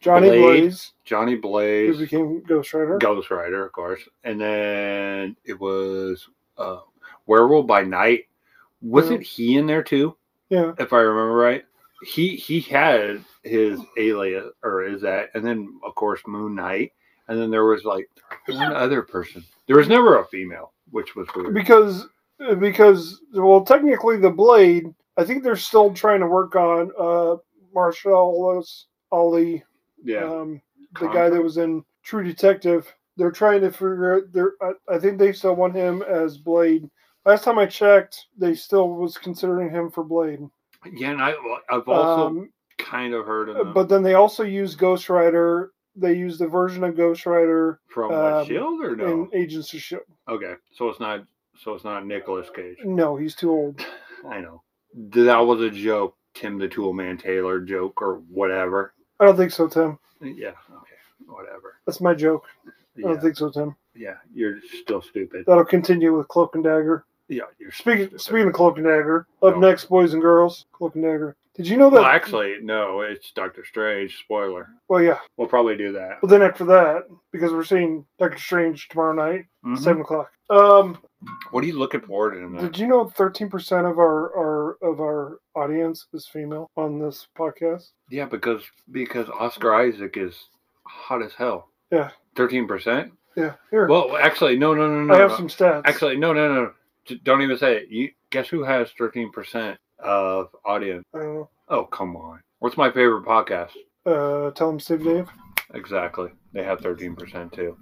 [SPEAKER 1] Johnny
[SPEAKER 2] Blade.
[SPEAKER 1] Blaze,
[SPEAKER 2] Johnny
[SPEAKER 1] who
[SPEAKER 2] Blaze,
[SPEAKER 1] became Ghost Rider.
[SPEAKER 2] Ghost Rider, of course, and then it was uh, Werewolf by Night. Wasn't he in there too?
[SPEAKER 1] Yeah.
[SPEAKER 2] if I remember right. He he had his alias or is that, and then of course Moon Knight, and then there was like
[SPEAKER 1] *laughs*
[SPEAKER 2] one other person. There was never a female, which was weird.
[SPEAKER 1] because because well technically the blade i think they're still trying to work on uh marshall ali
[SPEAKER 2] Yeah,
[SPEAKER 1] um the guy that was in true detective they're trying to figure out they're I, I think they still want him as blade last time i checked they still was considering him for blade
[SPEAKER 2] yeah, and I I've also
[SPEAKER 1] um,
[SPEAKER 2] kind of heard of
[SPEAKER 1] but then they also use ghost rider they use the version of ghost rider
[SPEAKER 2] from what,
[SPEAKER 1] um,
[SPEAKER 2] Shield or no?
[SPEAKER 1] in agents of shield
[SPEAKER 2] okay, so it's not so it's not Nicolas Cage.
[SPEAKER 1] no he's too old
[SPEAKER 2] I know that was a joke, Tim the Tool Man Taylor joke or whatever.
[SPEAKER 1] i don't think so tim
[SPEAKER 2] Yeah, okay, whatever.
[SPEAKER 1] that's my joke i
[SPEAKER 2] Yeah,
[SPEAKER 1] don't think so tim
[SPEAKER 2] yeah, you're still stupid.
[SPEAKER 1] That'll continue with Cloak and Dagger.
[SPEAKER 2] Yeah, you're
[SPEAKER 1] Speaking
[SPEAKER 2] stupid.
[SPEAKER 1] speaking of Cloak and Dagger, up
[SPEAKER 2] No.
[SPEAKER 1] next, boys and girls, Cloak and Dagger. Did you know that?
[SPEAKER 2] Well, actually, no, it's Doctor Strange. Spoiler.
[SPEAKER 1] well, yeah.
[SPEAKER 2] We'll probably do that.
[SPEAKER 1] But then after that, because we're seeing Doctor Strange tomorrow night,
[SPEAKER 2] Mhm.
[SPEAKER 1] seven o'clock. Um,
[SPEAKER 2] What are you looking forward to in that?
[SPEAKER 1] Mm-hmm. did you know thirteen percent of our, our of our audience is female on this podcast?
[SPEAKER 2] Yeah, because because Oscar Isaac is hot as hell.
[SPEAKER 1] Yeah.
[SPEAKER 2] Thirteen percent.
[SPEAKER 1] Yeah, here
[SPEAKER 2] Well, actually, no, no, no, no.
[SPEAKER 1] I have
[SPEAKER 2] no.
[SPEAKER 1] some stats.
[SPEAKER 2] Actually, no, no, no. J- Don't even say it. You guess who has thirteen percent of audience?
[SPEAKER 1] I don't know.
[SPEAKER 2] Oh, come on. What's my favorite podcast?
[SPEAKER 1] Uh, tell them Steve Dave.
[SPEAKER 2] Exactly. They have thirteen percent too.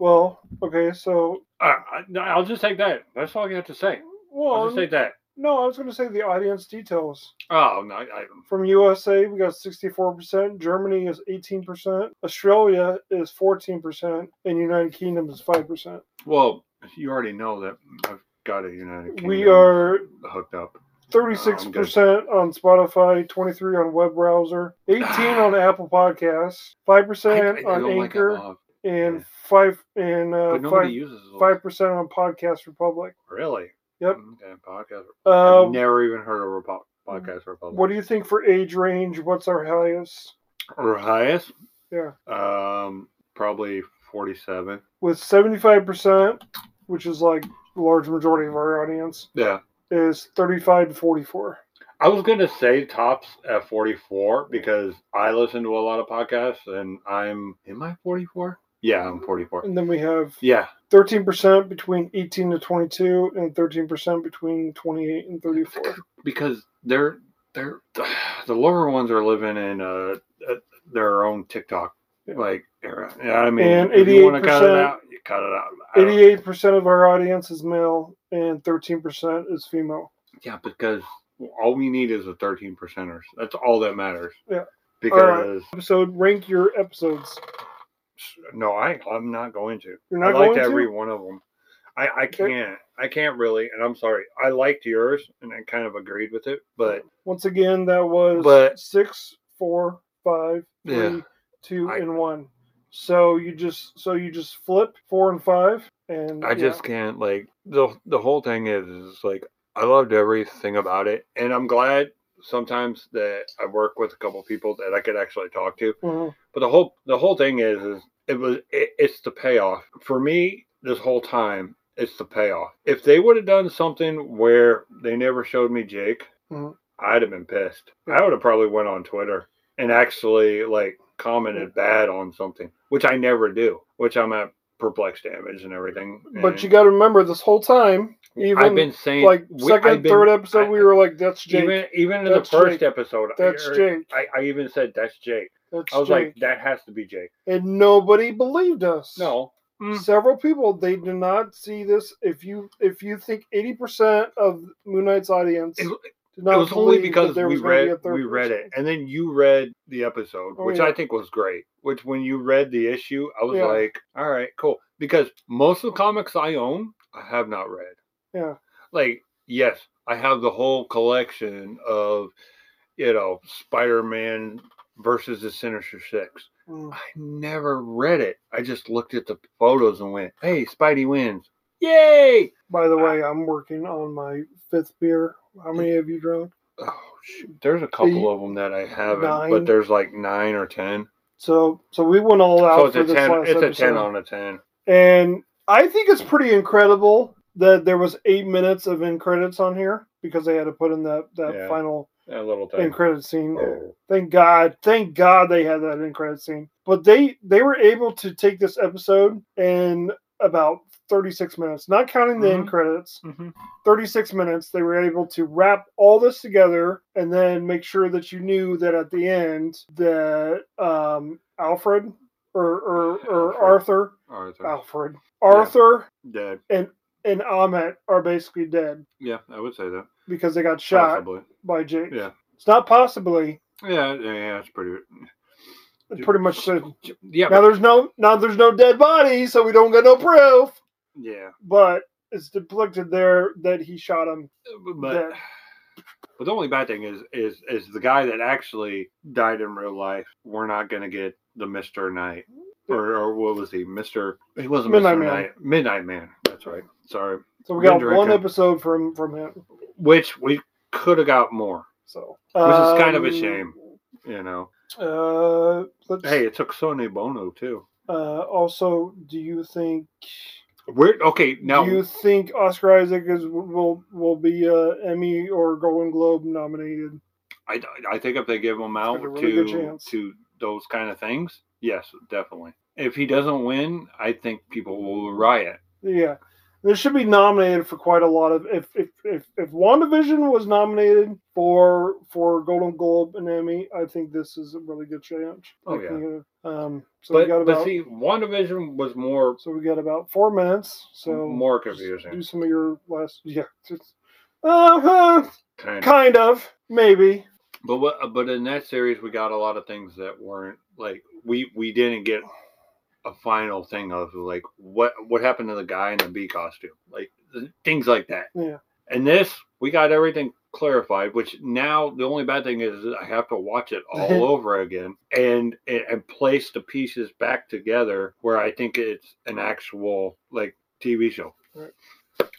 [SPEAKER 1] Well, okay, so
[SPEAKER 2] Uh, I, I'll just take that. That's all you have to say. I'll
[SPEAKER 1] well,
[SPEAKER 2] just take that.
[SPEAKER 1] no, I was going to say the audience details.
[SPEAKER 2] Oh no, I, I,
[SPEAKER 1] From USA, we got 64%. Germany is 18%. Australia is 14%. And United Kingdom is 5%.
[SPEAKER 2] Well, you already know that I've got a United Kingdom
[SPEAKER 1] We are
[SPEAKER 2] hooked up.
[SPEAKER 1] 36% on Spotify, 23 on web browser, 18
[SPEAKER 2] *sighs*
[SPEAKER 1] on Apple Podcasts, 5%
[SPEAKER 2] I- I
[SPEAKER 1] on
[SPEAKER 2] don't like
[SPEAKER 1] Anchor, uh,
[SPEAKER 2] that law, yeah.
[SPEAKER 1] and 5 and
[SPEAKER 2] but
[SPEAKER 1] uh,
[SPEAKER 2] nobody
[SPEAKER 1] 5
[SPEAKER 2] uses those.
[SPEAKER 1] 5% on Podcast Republic.
[SPEAKER 2] Really?
[SPEAKER 1] Yep.
[SPEAKER 2] Okay, podcast. I've
[SPEAKER 1] Um,
[SPEAKER 2] never even heard of Repo- podcast Republic.
[SPEAKER 1] what do you think for age range? What's our highest?
[SPEAKER 2] or highest?
[SPEAKER 1] Yeah.
[SPEAKER 2] Um, probably forty-seven.
[SPEAKER 1] With 75%, which is like the large majority of our audience,
[SPEAKER 2] Yeah.
[SPEAKER 1] is 35 to 44.
[SPEAKER 2] I was gonna say tops at forty-four because I listen to a lot of podcasts, and I'm am I forty-four? Yeah, I'm forty-four.
[SPEAKER 1] And then we have
[SPEAKER 2] Yeah.
[SPEAKER 1] 13% between 18 to 22 and 13% between 28 and 34.
[SPEAKER 2] because they're they're *sighs* the lower ones are living in uh uh, their own TikTok like era. Yeah, I mean,
[SPEAKER 1] And
[SPEAKER 2] if you want to cut it
[SPEAKER 1] 88%
[SPEAKER 2] out, you cut it out. I don't-
[SPEAKER 1] 88% of our audience is male and 13% is female.
[SPEAKER 2] Yeah, because all we need is a thirteen percenters. That's all that matters.
[SPEAKER 1] Yeah.
[SPEAKER 2] Because
[SPEAKER 1] Episode rank your episodes.
[SPEAKER 2] no, I I'm not going to.
[SPEAKER 1] You're
[SPEAKER 2] I
[SPEAKER 1] not
[SPEAKER 2] liked
[SPEAKER 1] going to?
[SPEAKER 2] every one of them. I, I can't. I can't really, and I'm sorry. I liked yours, and I kind of agreed with it, but
[SPEAKER 1] Once again, that was
[SPEAKER 2] But-
[SPEAKER 1] six, four, five, three, two,
[SPEAKER 2] Yeah. I-
[SPEAKER 1] and one. So you just so you just flip four and five, and
[SPEAKER 2] I just can't. Like the the whole thing is, is like I loved everything about it, and I'm glad sometimes that I work with a couple people that I could actually talk to.
[SPEAKER 1] Mhm.
[SPEAKER 2] But the whole the whole thing is, is it was it, it's the payoff for me this whole time. It's the payoff. If they would have done something where they never showed me Jake,
[SPEAKER 1] Mhm.
[SPEAKER 2] I'd have been pissed. I would have probably went on Twitter and actually like commented
[SPEAKER 1] Mm-hmm.
[SPEAKER 2] bad on something, which I never do. Which I'm at perplex damage and everything.
[SPEAKER 1] But
[SPEAKER 2] and-
[SPEAKER 1] you got to remember this whole time, even
[SPEAKER 2] I've been saying
[SPEAKER 1] like
[SPEAKER 2] we- I've
[SPEAKER 1] second,
[SPEAKER 2] been-
[SPEAKER 1] third episode,
[SPEAKER 2] I-
[SPEAKER 1] we were like, "That's Jake.
[SPEAKER 2] even even in
[SPEAKER 1] That's
[SPEAKER 2] the first
[SPEAKER 1] Jake.
[SPEAKER 2] episode. I-
[SPEAKER 1] that's Jake.
[SPEAKER 2] I, I even said that's Jake.
[SPEAKER 1] That's
[SPEAKER 2] I was
[SPEAKER 1] Jake."
[SPEAKER 2] like, that has to be Jake.
[SPEAKER 1] and nobody believed us.
[SPEAKER 2] No, Mm.
[SPEAKER 1] several people they did not see this. If you if you think eighty percent of Moon Knight's audience
[SPEAKER 2] It-
[SPEAKER 1] did not
[SPEAKER 2] it was only
[SPEAKER 1] believe that
[SPEAKER 2] because
[SPEAKER 1] there
[SPEAKER 2] we
[SPEAKER 1] was gonna be
[SPEAKER 2] read
[SPEAKER 1] a
[SPEAKER 2] we
[SPEAKER 1] third
[SPEAKER 2] read
[SPEAKER 1] person.
[SPEAKER 2] it, and then you read the episode,
[SPEAKER 1] Oh,
[SPEAKER 2] which
[SPEAKER 1] yeah.
[SPEAKER 2] I think was great. Which when you read the issue, I was
[SPEAKER 1] Yeah.
[SPEAKER 2] like, all right, cool, because most of the comics I own, I have not read.
[SPEAKER 1] Yeah.
[SPEAKER 2] like yes, I have the whole collection of you know Spider Man versus the Sinister Six.
[SPEAKER 1] Mm.
[SPEAKER 2] I never read it. I just looked at the photos and went, "Hey, Spidey wins! Yay!"
[SPEAKER 1] By the way, I'm working on my fifth beer. How many have you drunk?
[SPEAKER 2] Oh shoot! There's a couple of them that I haven't,
[SPEAKER 1] Nine.
[SPEAKER 2] but there's like nine or ten.
[SPEAKER 1] So so we went all out
[SPEAKER 2] So it's
[SPEAKER 1] for
[SPEAKER 2] a
[SPEAKER 1] this
[SPEAKER 2] ten.
[SPEAKER 1] last
[SPEAKER 2] It's a
[SPEAKER 1] episode.
[SPEAKER 2] ten on a ten.
[SPEAKER 1] And I think it's pretty incredible that there was eight minutes of end credits on here because they had to put in that, that
[SPEAKER 2] Yeah.
[SPEAKER 1] final
[SPEAKER 2] A little thing.
[SPEAKER 1] end credit scene.
[SPEAKER 2] Oh.
[SPEAKER 1] Thank God. Thank God they had that in credit scene. But they they were able to take this episode in about 36 minutes, not counting the
[SPEAKER 2] Mm-hmm.
[SPEAKER 1] end credits. 36 minutes they were able to wrap all this together and then make sure that you knew that at the end that um Alfred or or, or Arthur
[SPEAKER 2] Arthur.
[SPEAKER 1] Alfred
[SPEAKER 2] Yeah.
[SPEAKER 1] Arthur
[SPEAKER 2] Dead.
[SPEAKER 1] and Ahmet are basically dead
[SPEAKER 2] Yeah, I would say that.
[SPEAKER 1] because they got shot
[SPEAKER 2] Possibly.
[SPEAKER 1] by Jake.
[SPEAKER 2] Yeah.
[SPEAKER 1] It's not possibly.
[SPEAKER 2] Yeah, yeah, yeah, it's pretty.
[SPEAKER 1] It pretty much said
[SPEAKER 2] Yeah,
[SPEAKER 1] Now
[SPEAKER 2] but,
[SPEAKER 1] there's no now there's no dead body, so we don't get no proof.
[SPEAKER 2] yeah,
[SPEAKER 1] But it's depicted there that he shot him.
[SPEAKER 2] but but the only bad thing is is is the guy that actually died in real life. We're not gonna get the Mister Knight or or what was he, Mister? He wasn't
[SPEAKER 1] Midnight
[SPEAKER 2] Mr.
[SPEAKER 1] Man.
[SPEAKER 2] Knight. Midnight Man. That's right. Sorry.
[SPEAKER 1] So we got
[SPEAKER 2] Rendrick
[SPEAKER 1] one
[SPEAKER 2] and-
[SPEAKER 1] episode from from him.
[SPEAKER 2] Which we could have got more.
[SPEAKER 1] So Um,
[SPEAKER 2] Which is kind of a shame. You know.
[SPEAKER 1] Uh, let's,
[SPEAKER 2] Hey, it took Sony Bono too.
[SPEAKER 1] Uh, also, do you think?
[SPEAKER 2] We're okay now.
[SPEAKER 1] do you think Oscar Isaac is will will be uh, Emmy or Golden Globe nominated?
[SPEAKER 2] I, I think if they give him out
[SPEAKER 1] a really good
[SPEAKER 2] to
[SPEAKER 1] chance.
[SPEAKER 2] to those kind of things, yes, definitely. If he doesn't win, I think people will riot.
[SPEAKER 1] Yeah, this should be nominated for quite a lot of. If if if if WandaVision was nominated for for Golden Globe and Emmy, I think this is a really good chance.
[SPEAKER 2] Oh, yeah.
[SPEAKER 1] Um. So we
[SPEAKER 2] but
[SPEAKER 1] got
[SPEAKER 2] but
[SPEAKER 1] about
[SPEAKER 2] see, WandaVision was more
[SPEAKER 1] so we got about four minutes. So
[SPEAKER 2] more
[SPEAKER 1] just do
[SPEAKER 2] confusing.
[SPEAKER 1] some of your last. Yeah. Just, uh,
[SPEAKER 2] Kind of.
[SPEAKER 1] kind of maybe.
[SPEAKER 2] But what, but in that series, we got a lot of things that weren't like we we didn't get a final thing of like what what happened to the guy in the bee costume, like th- things like that.
[SPEAKER 1] Yeah.
[SPEAKER 2] And this, we got everything clarified. Which now the only bad thing is I have to watch it
[SPEAKER 1] *laughs*
[SPEAKER 2] all over again and, and and place the pieces back together where I think it's an actual like TV show.
[SPEAKER 1] Right.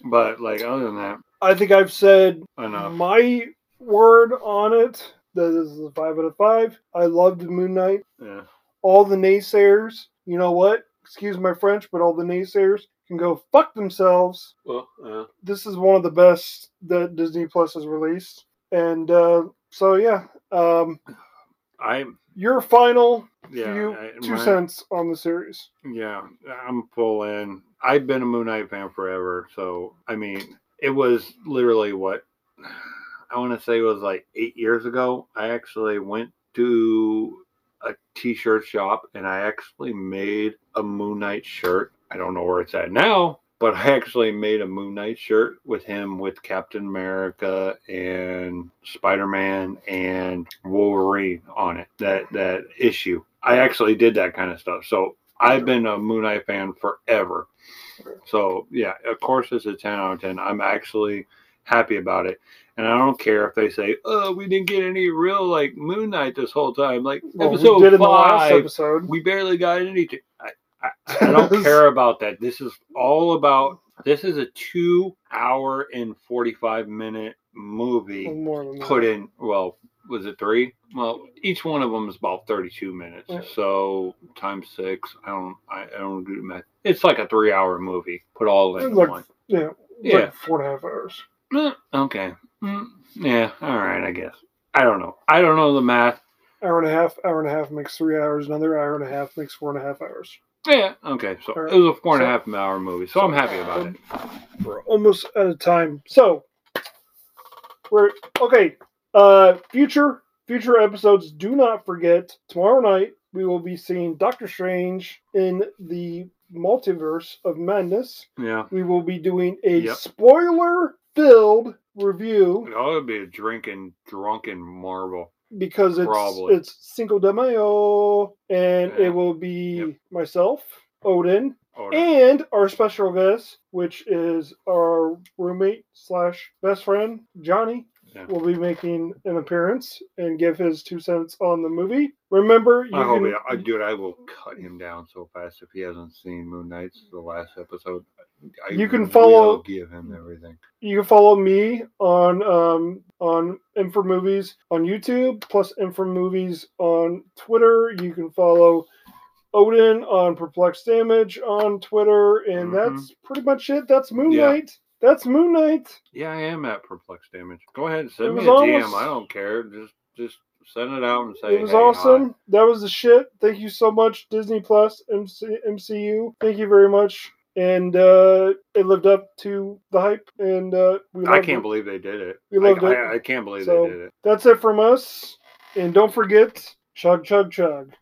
[SPEAKER 2] But like other than that,
[SPEAKER 1] I think I've said
[SPEAKER 2] enough.
[SPEAKER 1] my word on it. That this is a five out of five. I loved Moon Knight.
[SPEAKER 2] Yeah.
[SPEAKER 1] all the naysayers, you know what? Excuse my French, but all the naysayers can go fuck themselves.
[SPEAKER 2] Well. Uh,
[SPEAKER 1] This is one of the best that Disney Plus has released. And uh, so, yeah, um,
[SPEAKER 2] I
[SPEAKER 1] your final
[SPEAKER 2] yeah
[SPEAKER 1] few,
[SPEAKER 2] I-
[SPEAKER 1] two
[SPEAKER 2] my-
[SPEAKER 1] cents on the series.
[SPEAKER 2] Yeah, I'm full in. I've been a Moon Knight fan forever, so I mean, it was literally what *sighs* I want to say was like eight years ago. I actually went to a t-shirt shop and I actually made a Moon Knight shirt. I don't know where it's at now, but I actually made a Moon Knight shirt with him with Captain America and Spider-Man and Wolverine on it. That that issue. I actually did that kind of stuff. So I've been a Moon Knight fan forever. So yeah, of course it's a ten out of ten. I'm actually happy about it, and I don't care if they say, "Oh, we didn't get any real like Moon Knight this whole time." Like
[SPEAKER 1] Well, we
[SPEAKER 2] episode
[SPEAKER 1] did in the last
[SPEAKER 2] five,
[SPEAKER 1] episode.
[SPEAKER 2] we barely got anything. I, I,
[SPEAKER 1] *laughs*
[SPEAKER 2] I don't care about that. This is all about. This is a two-hour and forty-five minute movie
[SPEAKER 1] More than that.
[SPEAKER 2] put in well was it three well each one of them is about 32 minutes
[SPEAKER 1] Yeah.
[SPEAKER 2] so times six i don't i, I don't do the math it's like a three hour movie put all in
[SPEAKER 1] Like-
[SPEAKER 2] one
[SPEAKER 1] Yeah.
[SPEAKER 2] Yeah.
[SPEAKER 1] Like four and a half hours.
[SPEAKER 2] Eh, okay Mm, yeah all right i guess i don't know i don't know the math
[SPEAKER 1] Hour and a half, hour and a half makes three hours. Another hour and a half makes four and a half hours.
[SPEAKER 2] yeah okay so
[SPEAKER 1] All right.
[SPEAKER 2] it was a four and a
[SPEAKER 1] So-
[SPEAKER 2] half hour movie so i'm happy about it
[SPEAKER 1] We're almost out of time. So we're okay. Uh future future episodes, do not forget tomorrow night we will be seeing Doctor Strange in the multiverse of madness.
[SPEAKER 2] yeah
[SPEAKER 1] We will be doing a
[SPEAKER 2] Yep.
[SPEAKER 1] spoiler filled review
[SPEAKER 2] that would be a drinking drunken marvel
[SPEAKER 1] because it's
[SPEAKER 2] Probably.
[SPEAKER 1] it's Cinco de Mayo and
[SPEAKER 2] Yeah.
[SPEAKER 1] it will be
[SPEAKER 2] Yep.
[SPEAKER 1] myself, Odin,
[SPEAKER 2] oh, no.
[SPEAKER 1] and our special guest, which is our roommate slash best friend Johnny,
[SPEAKER 2] Yeah.
[SPEAKER 1] will be making an appearance and give his two cents on the movie. Remember, you
[SPEAKER 2] I hope
[SPEAKER 1] can,
[SPEAKER 2] it, I, dude, I will cut him down so fast if he hasn't seen Moon Knight's the last episode. I
[SPEAKER 1] You can
[SPEAKER 2] will
[SPEAKER 1] follow-
[SPEAKER 2] give him everything.
[SPEAKER 1] you can follow me on um on Infomovies on YouTube plus Infomovies on Twitter. You can follow Odin on Perplex Damage on Twitter, and
[SPEAKER 2] Mhm.
[SPEAKER 1] that's pretty much it. That's Moon
[SPEAKER 2] Yeah.
[SPEAKER 1] Knight. That's Moon Knight.
[SPEAKER 2] Yeah, I am at perplex damage. Go ahead and
[SPEAKER 1] It
[SPEAKER 2] send me
[SPEAKER 1] was
[SPEAKER 2] a DM.
[SPEAKER 1] almost-
[SPEAKER 2] I don't care. Just just send it out and say
[SPEAKER 1] It was
[SPEAKER 2] "Hey, hi."
[SPEAKER 1] awesome. That was the shit. Thank you so much, Disney Plus, MC, MCU. Thank you very much. And uh, it lived up to the hype, and uh, we
[SPEAKER 2] I
[SPEAKER 1] loved
[SPEAKER 2] can't
[SPEAKER 1] it.
[SPEAKER 2] believe they did it.
[SPEAKER 1] We
[SPEAKER 2] I,
[SPEAKER 1] loved it.
[SPEAKER 2] I, I can't believe
[SPEAKER 1] So-
[SPEAKER 2] they did it.
[SPEAKER 1] That's it from us. And don't forget, chug, chug, chug.